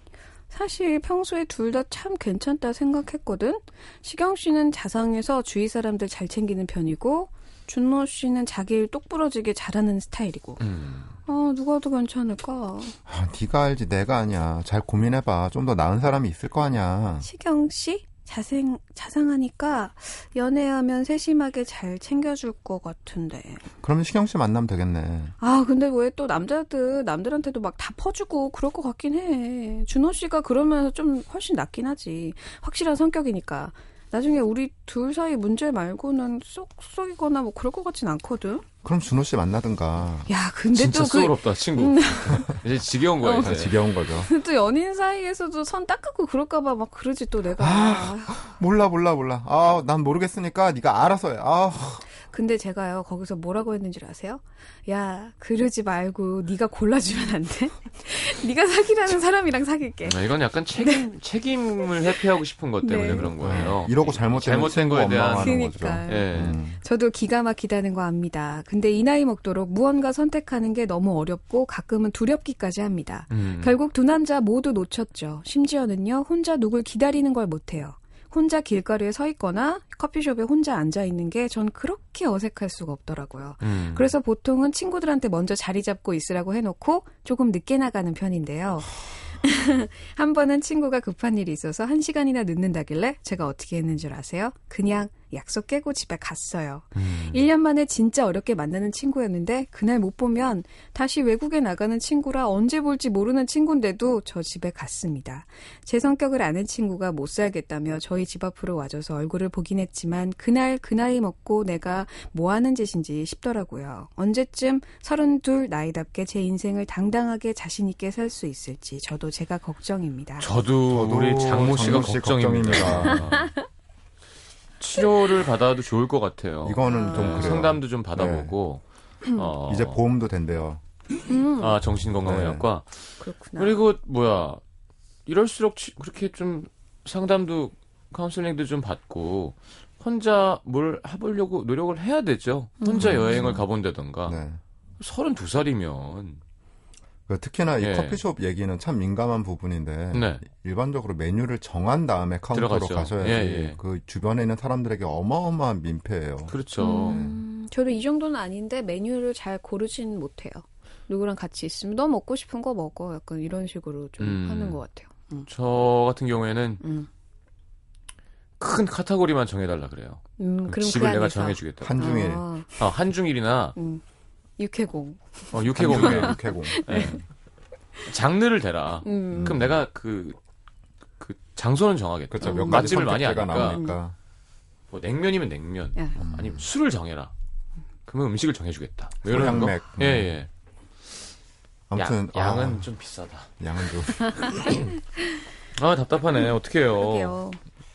Speaker 3: 사실 평소에 둘 다 참 괜찮다 생각했거든. 시경 씨는 자상해서 주위 사람들 잘 챙기는 편이고 준모 씨는 자기 일 똑부러지게 잘하는 스타일이고.
Speaker 1: 음.
Speaker 3: 아 누가 더 괜찮을까?
Speaker 4: 아, 네가 알지 내가 아니야. 잘 고민해봐. 좀 더 나은 사람이 있을 거 아니야.
Speaker 3: 시경 씨 자생 자상하니까 연애하면 세심하게 잘 챙겨줄 것 같은데.
Speaker 4: 그럼 시경 씨 만나면 되겠네.
Speaker 3: 아 근데 왜 또 남자들 남들한테도 막 다 퍼주고 그럴 것 같긴 해. 준호 씨가 그러면서 좀 훨씬 낫긴 하지. 확실한 성격이니까. 나중에 우리 둘 사이 문제 말고는 쏙쏙이거나 뭐 그럴 것 같진 않거든.
Speaker 4: 그럼 준호 씨 만나든가.
Speaker 3: 야 근데
Speaker 1: 진짜
Speaker 3: 또 그 어. 또
Speaker 1: 수월없다 친구. 이제 지겨운 거야
Speaker 4: 다
Speaker 1: 이제.
Speaker 4: 지겨운 거죠.
Speaker 3: 연인 사이에서도 선 닦고 그럴까봐 막 그러지 또 내가.
Speaker 1: 아.
Speaker 4: 몰라 몰라 몰라. 아 난 모르겠으니까 네가 알아서 해. 아
Speaker 3: 근데 제가요 거기서 뭐라고 했는지 아세요? 야 그러지 말고 네가 골라주면 안 돼? 네가 사귀라는 사람이랑 사귈게.
Speaker 1: 아, 이건 약간 책임 책임을 회피하고 싶은 것 때문에
Speaker 3: 네.
Speaker 1: 그런 거예요.
Speaker 4: 이러고 잘못된
Speaker 1: 잘못된 거에 대한
Speaker 3: 그러니까요.
Speaker 1: 예.
Speaker 4: 음.
Speaker 3: 저도 기가 막히다는 거 압니다. 근데 이 나이 먹도록 무언가 선택하는 게 너무 어렵고 가끔은 두렵기까지 합니다.
Speaker 1: 음.
Speaker 3: 결국 두 남자 모두 놓쳤죠. 심지어는요, 혼자 누굴 기다리는 걸 못해요. 혼자 길거리에 서 있거나 커피숍에 혼자 앉아 있는 게 전 그렇게 어색할 수가 없더라고요.
Speaker 1: 음.
Speaker 3: 그래서 보통은 친구들한테 먼저 자리 잡고 있으라고 해놓고 조금 늦게 나가는 편인데요. 한 번은 친구가 급한 일이 있어서 한 시간이나 늦는다길래 제가 어떻게 했는 줄 아세요? 그냥 약속 깨고 집에 갔어요.
Speaker 1: 음.
Speaker 3: 1년 만에 진짜 어렵게 만나는 친구였는데 그날 못 보면 다시 외국에 나가는 친구라 언제 볼지 모르는 친구인데도 저 집에 갔습니다. 제 성격을 아는 친구가 못 살겠다며 저희 집 앞으로 와줘서 얼굴을 보긴 했지만 그날 그 나이 먹고 내가 뭐 하는 짓인지 싶더라고요. 언제쯤 32 나이답게 제 인생을 당당하게 자신 있게 살 수 있을지 저도 제가 걱정입니다.
Speaker 1: 저도,
Speaker 4: 저도
Speaker 1: 우리 장모 씨가
Speaker 4: 장모 씨
Speaker 1: 걱정입니다. 치료를 받아도 좋을 것 같아요.
Speaker 4: 이거는
Speaker 1: 네,
Speaker 4: 좀 그래요.
Speaker 1: 상담도 좀 받아보고 어,
Speaker 4: 이제 보험도 된대요.
Speaker 3: 음, 네.
Speaker 1: 아 정신건강의학과
Speaker 3: 그렇구나.
Speaker 1: 그리고 뭐야 이럴수록 치- 그렇게 좀 상담도 카운슬링도 좀 받고 혼자 뭘 해보려고 노력을 해야 되죠. 혼자
Speaker 3: 음.
Speaker 1: 여행을 가본다던가
Speaker 4: 네.
Speaker 1: 32살이면
Speaker 4: 그 특히나 이
Speaker 1: 예.
Speaker 4: 커피숍 얘기는 참 민감한 부분인데
Speaker 1: 네.
Speaker 4: 일반적으로 메뉴를 정한 다음에 카운터로
Speaker 1: 들어가죠.
Speaker 4: 가셔야지
Speaker 1: 예, 예.
Speaker 4: 그 주변에 있는 사람들에게 어마어마한 민폐예요.
Speaker 1: 그렇죠.
Speaker 3: 음, 저도 이 정도는 아닌데 메뉴를 잘 고르진 못해요. 누구랑 같이 있으면 너 먹고 싶은 거 먹어. 약간 이런 식으로 좀
Speaker 1: 음.
Speaker 3: 하는 것 같아요.
Speaker 1: 저 같은 경우에는
Speaker 3: 음.
Speaker 1: 큰 카테고리만 정해달라 그래요.
Speaker 3: 음, 그럼
Speaker 1: 집을
Speaker 3: 그
Speaker 1: 내가
Speaker 3: 안에서.
Speaker 1: 정해주겠다.
Speaker 4: 한중일
Speaker 3: 아,
Speaker 1: 아, 한중일이나
Speaker 3: 음. 육해공.
Speaker 1: 어, 육해공예.
Speaker 4: 육해공.
Speaker 1: 예. 장르를 대라.
Speaker 3: 음.
Speaker 1: 그럼 내가 그, 그 장소는 정하겠다.
Speaker 4: 그렇죠.
Speaker 3: 음.
Speaker 4: 몇 가지
Speaker 1: 맛집을 많이
Speaker 4: 선택지가
Speaker 1: 아니까
Speaker 4: 남으니까.
Speaker 1: 뭐 냉면이면 냉면,
Speaker 3: 야.
Speaker 1: 아니면 술을 정해라. 그러면 음식을 정해주겠다. 뭐 이런 거.
Speaker 4: 소량맥. 음.
Speaker 1: 예, 예.
Speaker 4: 아무튼
Speaker 1: 양, 양은 좀 비싸다.
Speaker 4: 아, 양은 좀
Speaker 1: 아 답답하네.
Speaker 4: 음.
Speaker 1: 어떡해요.
Speaker 3: 그게요.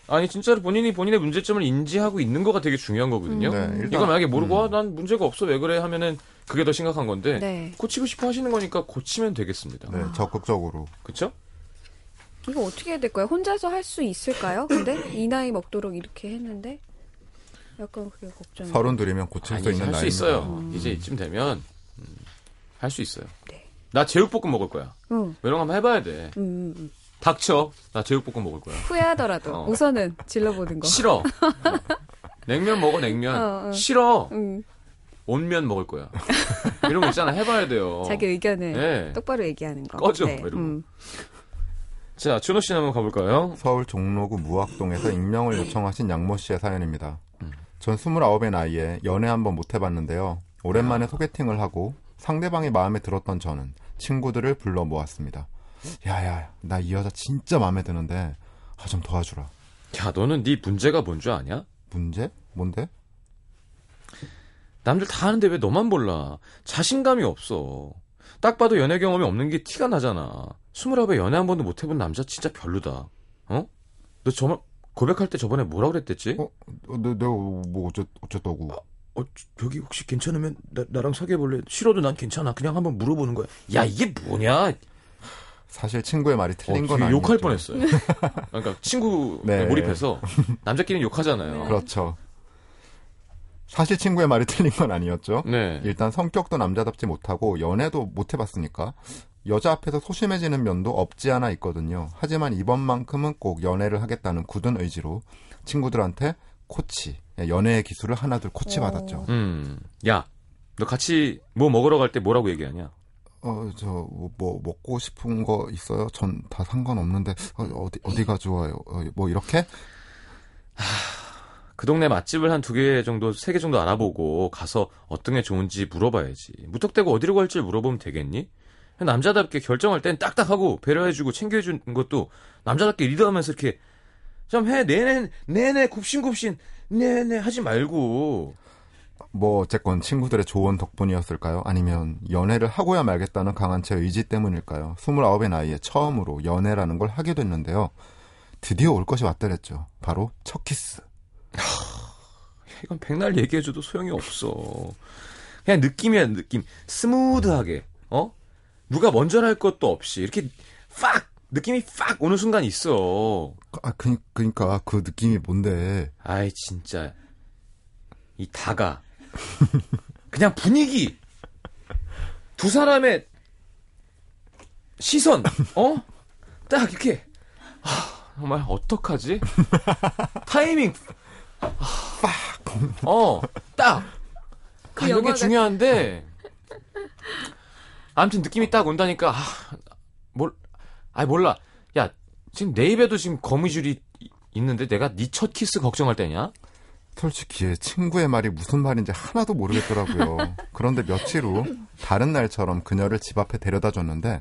Speaker 1: 아니 진짜로 본인이 본인의 문제점을 인지하고 있는 거가 되게 중요한 거거든요.
Speaker 4: 네, 일단-
Speaker 1: 이걸 만약에 모르고 아, 난 문제가 없어 왜 그래 하면은 그게 더 심각한 건데
Speaker 3: 네.
Speaker 1: 고치고 싶어 하시는 거니까 고치면 되겠습니다.
Speaker 4: 네, 적극적으로.
Speaker 1: 그렇죠?
Speaker 3: 이거 어떻게 해야 될까요? 혼자서 할 수 있을까요? 근데 이 나이 먹도록 이렇게 했는데 약간 그게 걱정이.
Speaker 4: 서른 둘이면 고칠 수
Speaker 1: 아니
Speaker 4: 있는
Speaker 1: 할 수
Speaker 4: 나이입니다.
Speaker 1: 있어요. 이제 이쯤 되면 음, 할 수 있어요.
Speaker 3: 네.
Speaker 1: 나 제육볶음 먹을 거야.
Speaker 3: 응.
Speaker 1: 이런 거 한번 해봐야 돼.
Speaker 3: 음, 음, 음.
Speaker 1: 닥쳐. 나 제육볶음 먹을 거야.
Speaker 3: 후회하더라도
Speaker 1: 어.
Speaker 3: 우선은 질러보는 거.
Speaker 1: 싫어. 냉면 먹어 냉면.
Speaker 3: 어, 어.
Speaker 1: 싫어.
Speaker 3: 음,
Speaker 1: 온면 먹을 거야. 이런 거 있잖아. 해봐야 돼요.
Speaker 3: 자기 의견을
Speaker 1: 어. 네.
Speaker 3: 똑바로 얘기하는 거. 네. 음.
Speaker 1: 꺼져, 뭐 이러고. 자 준호 씨 한번 가볼까요?
Speaker 4: 서울 종로구 무학동에서 익명을 요청하신 양모 씨의 사연입니다. 전 29의 나이에 연애 한번 못 해봤는데요. 오랜만에 소개팅을 하고 상대방이 마음에 들었던 저는 친구들을 불러 모았습니다. 야야, 나 이 여자 진짜 마음에 드는데 아, 좀 도와주라.
Speaker 1: 야 너는 네 문제가 뭔 줄 아냐?
Speaker 4: 문제? 뭔데?
Speaker 1: 남들 다 하는데 왜 너만 몰라? 자신감이 없어. 딱 봐도 연애 경험이 없는 게 티가 나잖아. 스물아홉에 연애 한 번도 못 해본 남자 진짜 별로다. 어? 너 저번 고백할 때 저번에 뭐라 그랬댔지?
Speaker 4: 어? 어, 내, 내가 뭐 어쨌, 어쨌다고.
Speaker 1: 어, 저기 혹시 괜찮으면 나, 나랑 사귀어볼래? 싫어도 난 괜찮아. 그냥 한번 물어보는 거야. 야 이게 뭐냐?
Speaker 4: 사실 친구의 말이 틀린
Speaker 1: 어,
Speaker 4: 건
Speaker 1: 되게
Speaker 4: 아니죠.
Speaker 1: 욕할 뻔했어요. 그러니까 친구
Speaker 4: 네.
Speaker 1: 몰입해서 남자끼리는 욕하잖아요.
Speaker 4: 그렇죠. 사실 친구의 말이 틀린 건 아니었죠.
Speaker 1: 네.
Speaker 4: 일단 성격도 남자답지 못하고 연애도 못 해봤으니까 여자 앞에서 소심해지는 면도 없지 않아 있거든요. 하지만 이번만큼은 꼭 연애를 하겠다는 굳은 의지로 친구들한테 코치, 연애의 기술을 하나둘 코치 받았죠.
Speaker 1: 음. 야, 너 같이 뭐 먹으러 갈 때 뭐라고 얘기하냐?
Speaker 4: 어, 저 뭐 먹고 싶은 거 있어요? 전 다 상관없는데 어, 디 어디가 좋아요? 어, 뭐 이렇게?
Speaker 1: 그 동네 맛집을 한 두 개 정도, 세 개 정도 알아보고 가서 어떤 게 좋은지 물어봐야지. 무턱대고 어디로 갈지 물어보면 되겠니? 남자답게 결정할 땐 딱딱하고 배려해주고 챙겨준 것도 남자답게 리드하면서 이렇게 좀 해, 내내, 내내, 굽신굽신, 내내 하지 말고.
Speaker 4: 뭐 어쨌건 친구들의 조언 덕분이었을까요? 아니면 연애를 하고야 말겠다는 강한 제 의지 때문일까요? 29의 나이에 처음으로 연애라는 걸 하게 됐는데요. 드디어 올 것이 왔더랬죠. 바로 첫 키스.
Speaker 1: 이건 백날 얘기해줘도 소용이 없어. 그냥 느낌이야, 느낌. 스무드하게, 어? 누가 먼저 할 것도 없이, 이렇게, 팍! 느낌이 팍! 오는 순간 있어.
Speaker 4: 아, 그, 그니까 그 느낌이 뭔데.
Speaker 1: 아이, 진짜. 이 다가. 그냥 분위기! 두 사람의 시선, 어? 딱 이렇게. 아, 정말, 어떡하지? 타이밍, 아, 어, 딱!
Speaker 3: 그
Speaker 1: 아, 이게
Speaker 3: 영화가-
Speaker 1: 중요한데. 아무튼 느낌이 딱 온다니까, 아, 뭘, 아이, 몰라. 야, 지금 내 입에도 지금 거미줄이 있는데 내가 네 첫 키스 걱정할 때냐?
Speaker 4: 솔직히 친구의 말이 무슨 말인지 하나도 모르겠더라고요. 그런데 며칠 후 다른 날처럼 그녀를 집 앞에 데려다 줬는데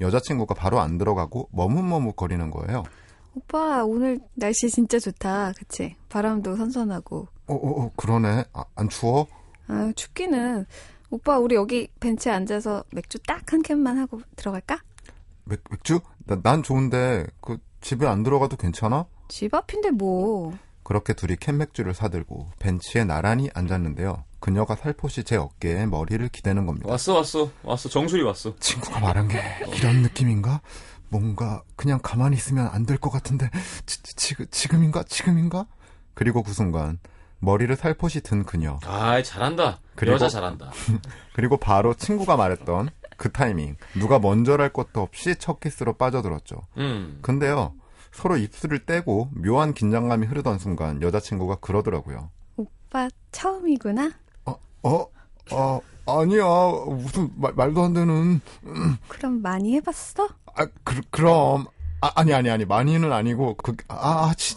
Speaker 4: 여자친구가 바로 안 들어가고 머뭇머뭇거리는 거예요.
Speaker 3: 오빠 오늘 날씨 진짜 좋다. 그치? 바람도 선선하고.
Speaker 4: 어, 어, 어, 그러네. 아, 안 추워?
Speaker 3: 아 춥기는. 오빠 우리 여기 벤치에 앉아서 맥주 딱 한 캔만 하고 들어갈까?
Speaker 4: 맥, 맥주? 나- 난 좋은데 그 집에 안 들어가도 괜찮아?
Speaker 3: 집 앞인데 뭐.
Speaker 4: 그렇게 둘이 캔맥주를 사들고 벤치에 나란히 앉았는데요. 그녀가 살포시 제 어깨에 머리를 기대는 겁니다.
Speaker 1: 왔어 왔어 왔어 정수리 왔어.
Speaker 4: 친구가 말한 게 이런 느낌인가? 뭔가 그냥 가만히 있으면 안 될 것 같은데 지, 지, 금인가 지금인가? 그리고 그 순간 머리를 살포시 든 그녀
Speaker 1: 아 잘한다.
Speaker 4: 그리고-
Speaker 1: 여자 잘한다.
Speaker 4: 그리고 바로 친구가 말했던 그 타이밍 누가 먼저랄 것도 없이 첫 키스로 빠져들었죠.
Speaker 1: 음.
Speaker 4: 근데요 서로 입술을 떼고 묘한 긴장감이 흐르던 순간 여자친구가 그러더라고요.
Speaker 3: 오빠 처음이구나.
Speaker 4: 어? 어? 아니야 무슨 말, 말도 안 되는
Speaker 3: 그럼 많이 해봤어?
Speaker 4: 아 그, 그럼 아, 아니 아니 아니 많이는 아니고 그아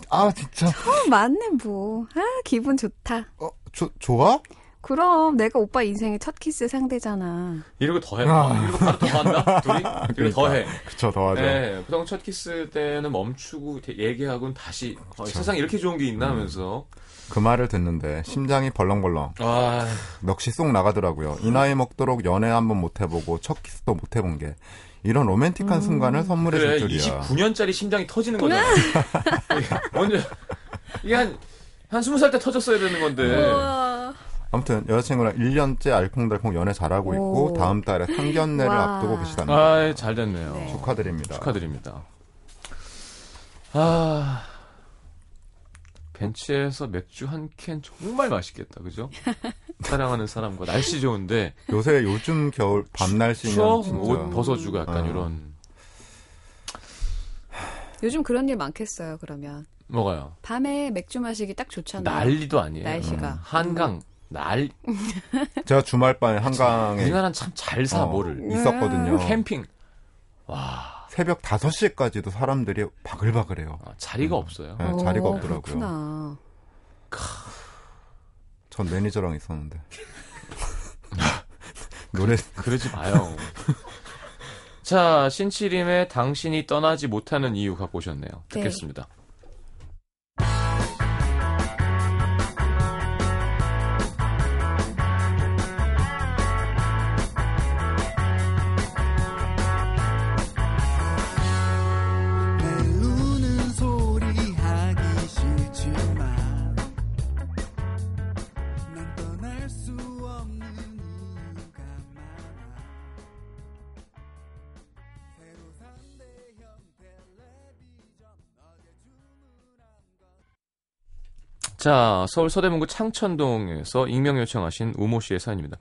Speaker 4: 아, 진짜
Speaker 3: 어, 맞네 뭐. 아 기분 좋다.
Speaker 4: 어, 조, 좋아?
Speaker 3: 그럼 내가 오빠 인생의 첫 키스 상대잖아.
Speaker 1: 이러고 더해.
Speaker 4: 아.
Speaker 1: 이러고 바로 더 한다. 둘이 이러고
Speaker 4: 그러니까.
Speaker 1: 더해.
Speaker 4: 그쵸, 더하죠.
Speaker 1: 예, 그동안 첫 키스 때는 멈추고 이렇게 얘기하고는 다시 어, 세상에 이렇게 좋은 게 있나 하면서
Speaker 4: 그 말을 듣는데 심장이 벌렁벌렁
Speaker 1: 아
Speaker 4: 넋이 쏙 나가더라고요. 이 나이 먹도록 연애 한번 못 해보고 첫 키스도 못 해본 게 이런 로맨틱한 순간을
Speaker 1: 음,
Speaker 4: 선물해
Speaker 1: 그래
Speaker 4: 줄 줄이야.
Speaker 1: 29년짜리 심장이 터지는 거잖아.
Speaker 3: 네.
Speaker 1: 먼저 이게 한, 한 20살 때 터졌어야 되는 건데
Speaker 3: 우와.
Speaker 4: 아무튼 여자친구랑 1년째 알콩달콩 연애 잘하고
Speaker 3: 오.
Speaker 4: 있고 다음 달에 상견례를
Speaker 3: 와.
Speaker 4: 앞두고 계시답니다.
Speaker 1: 아 잘 됐네요.
Speaker 3: 네.
Speaker 4: 축하드립니다.
Speaker 1: 축하드립니다. 아 벤치에서 맥주 한 캔 정말 맛있겠다, 그죠? 사랑하는 사람과 날씨 좋은데
Speaker 4: 요새 요즘 겨울 밤
Speaker 1: 추워
Speaker 4: 날씨면
Speaker 1: 옷
Speaker 4: 진짜
Speaker 1: 벗어주고 약간
Speaker 4: 어.
Speaker 1: 이런
Speaker 3: 요즘 그런 일 많겠어요. 그러면
Speaker 1: 뭐가요?
Speaker 3: 밤에 맥주 마시기 딱 좋잖아요.
Speaker 1: 난리도 아니에요.
Speaker 3: 날씨가.
Speaker 1: 음. 한강 날
Speaker 4: 제가 주말 밤에 한강에
Speaker 1: 우리나라는 참 잘 사
Speaker 4: 네. 어,
Speaker 1: 뭐를 네.
Speaker 4: 있었거든요.
Speaker 1: 캠핑
Speaker 4: 새벽 5시까지도 사람들이 바글바글해요.
Speaker 1: 어, 자리가 없어요.
Speaker 4: 네,
Speaker 3: 어,
Speaker 4: 자리가 없더라고요.
Speaker 3: 그렇구나.
Speaker 4: 전 매니저랑 있었는데. 노래
Speaker 1: 그러지 마요. 자 신치림의 당신이 떠나지 못하는 이유 갖고 오셨네요.
Speaker 3: 네.
Speaker 1: 듣겠습니다.
Speaker 2: 배우는 소리 하기 싫지만 난 떠날 수 없는 이유가 많아 새로 산 대형 텔레비전 어제 주문한 것
Speaker 1: 자, 서울 서대문구 창천동에서 익명 요청하신 우모 씨의 사연입니다.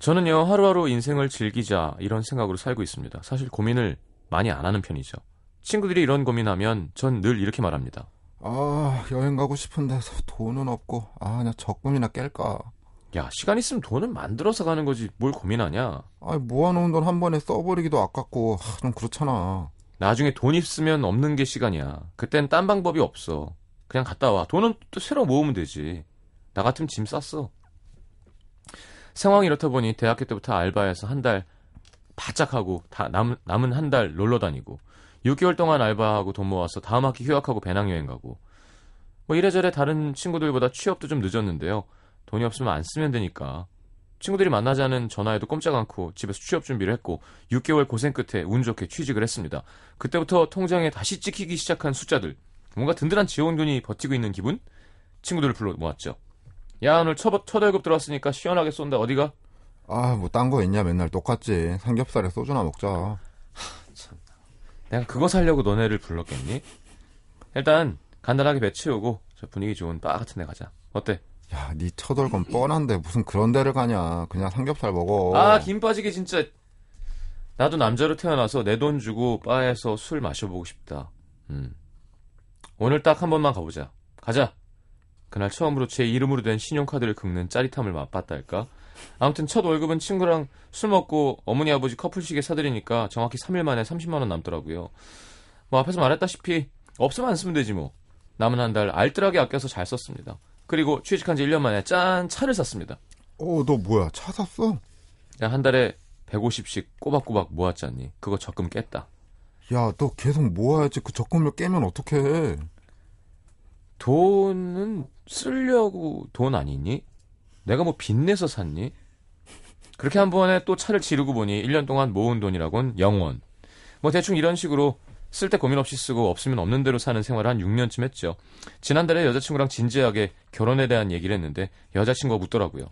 Speaker 1: 저는요, 하루하루 인생을 즐기자, 이런 생각으로 살고 있습니다. 사실 고민을 많이 안 하는 편이죠. 친구들이 이런 고민하면 전 늘 이렇게 말합니다.
Speaker 4: 아 여행 가고 싶은데 돈은 없고 아 그냥 적금이나 깰까
Speaker 1: 야, 시간 있으면 돈은 만들어서 가는 거지, 뭘 고민하냐?
Speaker 4: 아 모아놓은 돈 한 번에 써버리기도 아깝고 아, 좀 그렇잖아
Speaker 1: 나중에 돈 있으면 없는 게 시간이야. 그땐 딴 방법이 없어. 그냥 갔다 와. 돈은 또 새로 모으면 되지. 나 같으면 짐 쌌어. 상황이 이렇다 보니 대학교 때부터 알바해서 한 달 바짝 하고 다 남, 남은 한 달 놀러 다니고 6개월 동안 알바하고 돈 모아서 다음 학기 휴학하고 배낭여행 가고 뭐 이래저래 다른 친구들보다 취업도 좀 늦었는데요. 돈이 없으면 안 쓰면 되니까 친구들이 만나자는 전화에도 꼼짝 않고 집에서 취업 준비를 했고 6개월 고생 끝에 운 좋게 취직을 했습니다. 그때부터 통장에 다시 찍히기 시작한 숫자들. 뭔가 든든한 지원군이 버티고 있는 기분? 친구들을 불러 모았죠. 야, 오늘 첫, 첫 월급 들어왔으니까 시원하게 쏜다. 어디가?
Speaker 4: 아 뭐 딴 거 있냐 맨날 똑같지 삼겹살에 소주나 먹자
Speaker 1: 내가 그거 살려고 너네를 불렀겠니? 일단 간단하게 배 치우고 저 분위기 좋은 바 같은 데 가자. 어때?
Speaker 4: 야니 처돌건 뻔한데 무슨 그런 데를 가냐 그냥 삼겹살 먹어
Speaker 1: 아, 김 빠지게 진짜. 나도 남자로 태어나서 내 돈 주고 바에서 술 마셔보고 싶다. 음. 오늘 딱 한 번만 가보자. 가자. 그날 처음으로 제 이름으로 된 신용카드를 긁는 짜릿함을 맛봤달까. 아무튼 첫 월급은 친구랑 술 먹고 어머니 아버지 커플식에 사드리니까 정확히 3일 만에 30만 원 남더라고요. 뭐 앞에서 말했다시피 없으면 안 쓰면 되지 뭐. 남은 한 달 알뜰하게 아껴서 잘 썼습니다. 그리고 취직한 지 1년 만에 짠 차를 샀습니다.
Speaker 4: 어, 너 뭐야? 차 샀어?
Speaker 1: 그냥 한 달에 150씩 꼬박꼬박 모았잖니. 그거 적금 깼다.
Speaker 4: 야, 너 계속 모아야지. 그 적금을 깨면 어떡해.
Speaker 1: 돈은 쓰려고 돈 아니니? 내가 뭐 빚내서 샀니? 그렇게 한 번에 또 차를 지르고 보니 1년 동안 모은 돈이라곤 0원. 뭐 대충 이런 식으로 쓸 때 고민 없이 쓰고 없으면 없는 대로 사는 생활을 한 6년쯤 했죠. 지난달에 여자친구랑 진지하게 결혼에 대한 얘기를 했는데 여자친구가 묻더라고요.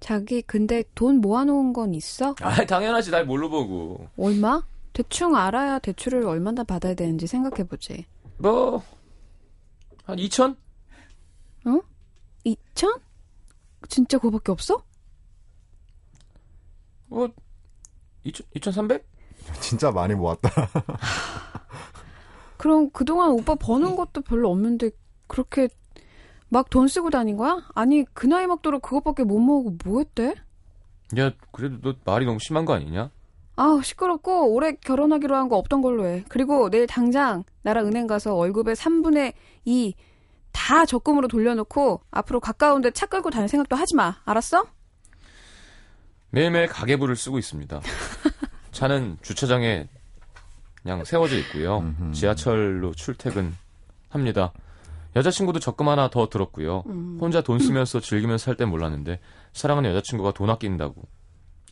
Speaker 3: 자기 근데 돈 모아놓은 건 있어?
Speaker 1: 아, 당연하지. 날 뭘로 보고.
Speaker 3: 얼마? 대충 알아야 대출을 얼마나 받아야 되는지 생각해보지.
Speaker 1: 뭐, 한 2천?
Speaker 3: 2천? 진짜 그거밖에 없어?
Speaker 1: 뭐, 2천, 2,300?
Speaker 4: 진짜 많이 모았다.
Speaker 3: 그럼 그동안 오빠 버는 것도 별로 없는데 그렇게 막 돈 쓰고 다닌 거야? 아니 그 나이 먹도록 그것밖에 못 모으고 뭐 했대?
Speaker 1: 야, 그래도 너 말이 너무 심한 거 아니냐?
Speaker 3: 아우 시끄럽고 올해 결혼하기로 한 거 없던 걸로 해. 그리고 내일 당장 나랑 은행 가서 월급의 3분의 2 다 적금으로 돌려놓고 앞으로 가까운데 차 끌고 다닐 생각도 하지 마. 알았어?
Speaker 1: 매일매일 가계부를 쓰고 있습니다. 차는 주차장에 그냥 세워져 있고요.
Speaker 4: 음흠.
Speaker 1: 지하철로 출퇴근합니다. 여자친구도 적금 하나 더 들었고요.
Speaker 4: 음.
Speaker 1: 혼자 돈 쓰면서 즐기면서 살 땐 몰랐는데 사랑하는 여자친구가 돈 아낀다고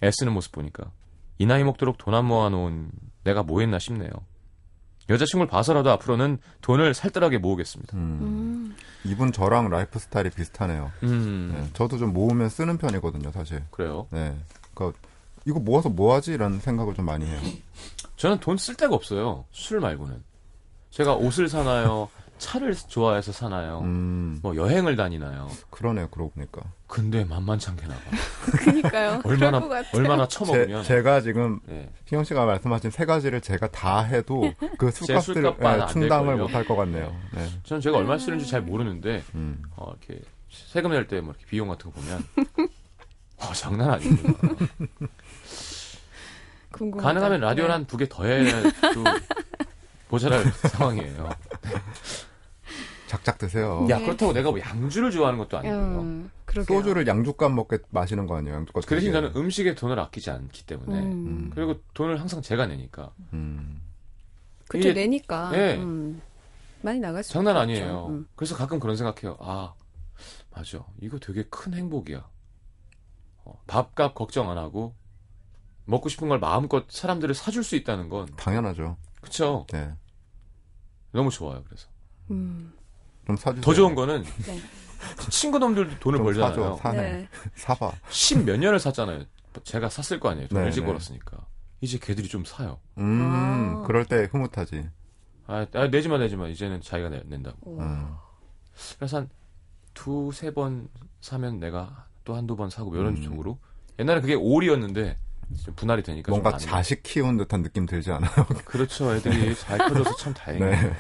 Speaker 1: 애쓰는 모습 보니까 이 나이 먹도록 돈 안 모아놓은 내가 뭐했나 싶네요. 여자친구를 봐서라도 앞으로는 돈을 살뜰하게 모으겠습니다.
Speaker 4: 음. 이분 저랑 라이프 스타일이 비슷하네요.
Speaker 1: 음,
Speaker 4: 네, 저도 좀 모으면 쓰는 편이거든요, 사실.
Speaker 1: 그래요.
Speaker 4: 네. 그러니까 이거 모아서 뭐 하지? 라는 생각을 좀 많이 해요.
Speaker 1: 저는 돈 쓸 데가 없어요. 술 말고는. 제가 옷을 사나요? 차를 좋아해서 사나요?
Speaker 4: 음,
Speaker 1: 뭐 여행을 다니나요?
Speaker 4: 그러네요, 그러고 보니까.
Speaker 1: 근데 만만찮게 나가.
Speaker 3: 아, 그니까요.
Speaker 1: 얼마나 얼마나 처먹으면.
Speaker 4: 제, 가 지금
Speaker 1: 예.
Speaker 4: 희영 씨가 말씀하신 세 가지를 제가 다 해도 그 술값을
Speaker 1: 술값 반은
Speaker 4: 예,
Speaker 1: 안
Speaker 4: 충당을
Speaker 1: 될걸요?
Speaker 4: 못 할 것 같네요. 네.
Speaker 1: 저는 제가 얼마 쓰는지 잘 모르는데
Speaker 4: 음.
Speaker 1: 어, 이렇게 세금 낼 때 뭐 이렇게 비용 같은 거 보면 어, 장난
Speaker 3: 음,
Speaker 1: 아니구나.
Speaker 3: 궁금하다.
Speaker 1: 가능하면 라디오를 한 두 개 더 해도 모자랄 상황이에요.
Speaker 4: 작작 드세요.
Speaker 1: 야 그렇다고 내가 뭐 양주를 좋아하는 것도 아니고요.
Speaker 3: 음, 그러게요.
Speaker 4: 소주를 양주값 먹게 마시는 거 아니에요? 양주값.
Speaker 1: 그 대신
Speaker 4: 되게.
Speaker 1: 저는 음식에 돈을 아끼지 않기 때문에
Speaker 3: 음.
Speaker 4: 음.
Speaker 1: 그리고 돈을 항상 제가 내니까
Speaker 4: 음.
Speaker 3: 그쵸
Speaker 1: 이게-
Speaker 3: 내니까
Speaker 1: 예.
Speaker 3: 음, 많이 나갈 수
Speaker 1: 장난
Speaker 3: 있죠.
Speaker 1: 아니에요.
Speaker 3: 음.
Speaker 1: 그래서 가끔 그런 생각해요. 아, 맞아. 이거 되게 큰 행복이야. 어, 밥값 걱정 안 하고 먹고 싶은 걸 마음껏 사람들을 사줄 수 있다는 건
Speaker 4: 당연하죠.
Speaker 1: 그쵸?
Speaker 4: 네.
Speaker 1: 너무 좋아요. 그래서
Speaker 3: 음.
Speaker 4: 좀 사주세요.
Speaker 1: 더 좋은 거는 그
Speaker 3: 네.
Speaker 1: 친구놈들도 돈을
Speaker 4: 좀 사줘.
Speaker 1: 벌잖아요.
Speaker 4: 사네.
Speaker 3: 네.
Speaker 4: 사봐.
Speaker 1: 십몇 년을 샀잖아요. 제가 샀을 거 아니에요. 돈
Speaker 4: 네,
Speaker 1: 일찍
Speaker 4: 네.
Speaker 1: 벌었으니까 이제 걔들이 좀 사요.
Speaker 4: 음,
Speaker 3: 아.
Speaker 4: 그럴 때 흐뭇하지.
Speaker 1: 아, 아, 내지마 내지마 이제는 자기가 내- 낸다고.
Speaker 3: 오.
Speaker 4: 음.
Speaker 1: 그래서 한 두세 번 사면 내가 또 한두 번 사고 뭐 이런
Speaker 4: 음.
Speaker 1: 쪽으로 옛날에 그게 올이었는데 좀 분할이 되니까
Speaker 4: 뭔가
Speaker 1: 좀 안-
Speaker 4: 자식 키운 듯한 느낌 들지 않아?
Speaker 1: 그렇죠 애들이 잘 커져서 참 다행이에요
Speaker 4: 네.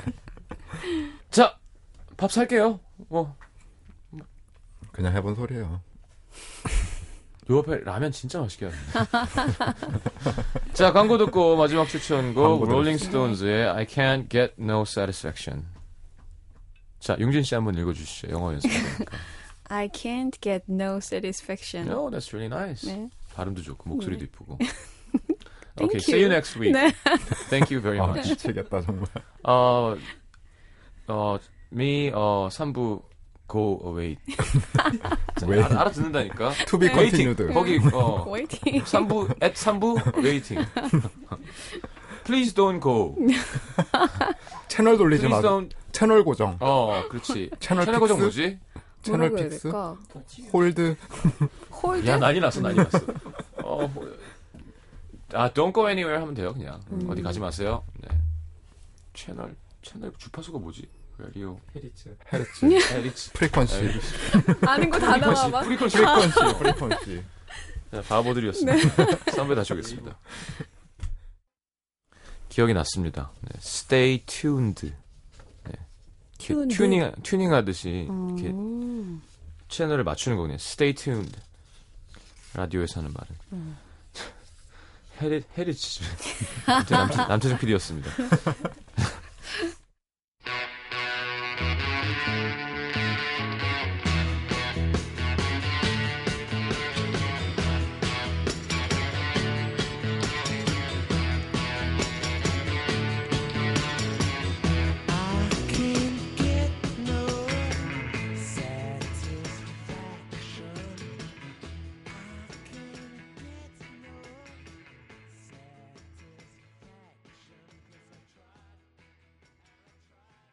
Speaker 1: 자밥 살게요 뭐
Speaker 4: 그냥 해본 소리예요.
Speaker 1: 요 앞에 라면 진짜 맛있게 하는데 자 광고 듣고 마지막 추천곡
Speaker 4: 광고
Speaker 1: 롤링스톤즈의 I Can't Get No Satisfaction 자 용진 씨 한번 읽어주시죠 영어 연습
Speaker 3: I can't get no satisfaction.
Speaker 1: No, Oh, that's really nice
Speaker 3: 네.
Speaker 1: 발음도 좋고 목소리도
Speaker 3: 네.
Speaker 1: 이쁘고
Speaker 3: Thank
Speaker 1: okay, see you
Speaker 3: you.
Speaker 1: next week.
Speaker 3: 네.
Speaker 1: Thank you very
Speaker 4: 아,
Speaker 1: much.
Speaker 4: 미치겠다, 정말.
Speaker 1: 어, 어, me, 어, 3부, go away.
Speaker 4: 왜?
Speaker 1: 알, 알아듣는다니까.
Speaker 4: To
Speaker 3: 네.
Speaker 4: be
Speaker 1: 웨이팅.
Speaker 4: continued.
Speaker 1: 거기, 어,
Speaker 3: waiting.
Speaker 1: 3부, at 3부, waiting. Please don't go.
Speaker 3: 네.
Speaker 4: 채널 돌리지
Speaker 1: Please
Speaker 4: 마.
Speaker 1: don't,
Speaker 4: 채널 고정.
Speaker 3: 아,
Speaker 1: 어, 그렇지.
Speaker 4: 채널
Speaker 1: 채널 고정
Speaker 4: 픽스?
Speaker 1: 뭐지?
Speaker 4: 채널
Speaker 3: 뭐라고 해야
Speaker 4: 픽스?
Speaker 3: 될까?
Speaker 4: 홀드.
Speaker 3: 홀드?
Speaker 1: 야, 난리 났어, 난리 났어. 어, 뭐, 아, don't go anywhere 하면 돼요, 그냥. 어디 가지 마세요. 네. 채널, 채널 주파수가 뭐지? 라디오. 헤리츠.
Speaker 3: 음.
Speaker 1: 헤리츠. 헤리츠.
Speaker 4: 프리퀀시.
Speaker 3: 아는 거 다 나와 막.
Speaker 1: 프리퀀시.
Speaker 4: 프리퀀시. 프리퀀시.
Speaker 1: 네, 바보들이었습니다. 선배 다시 오겠습니다. 기억이 났습니다. 네, Stay tuned. 네, 이렇게
Speaker 3: Tuned.
Speaker 1: 튜닝 튜닝하듯이 이렇게
Speaker 3: 음.
Speaker 1: 채널을 맞추는 거군요. Stay tuned. 라디오에서 하는 말은. 헤리 헤리치 남태정 PD였습니다.
Speaker 2: 음.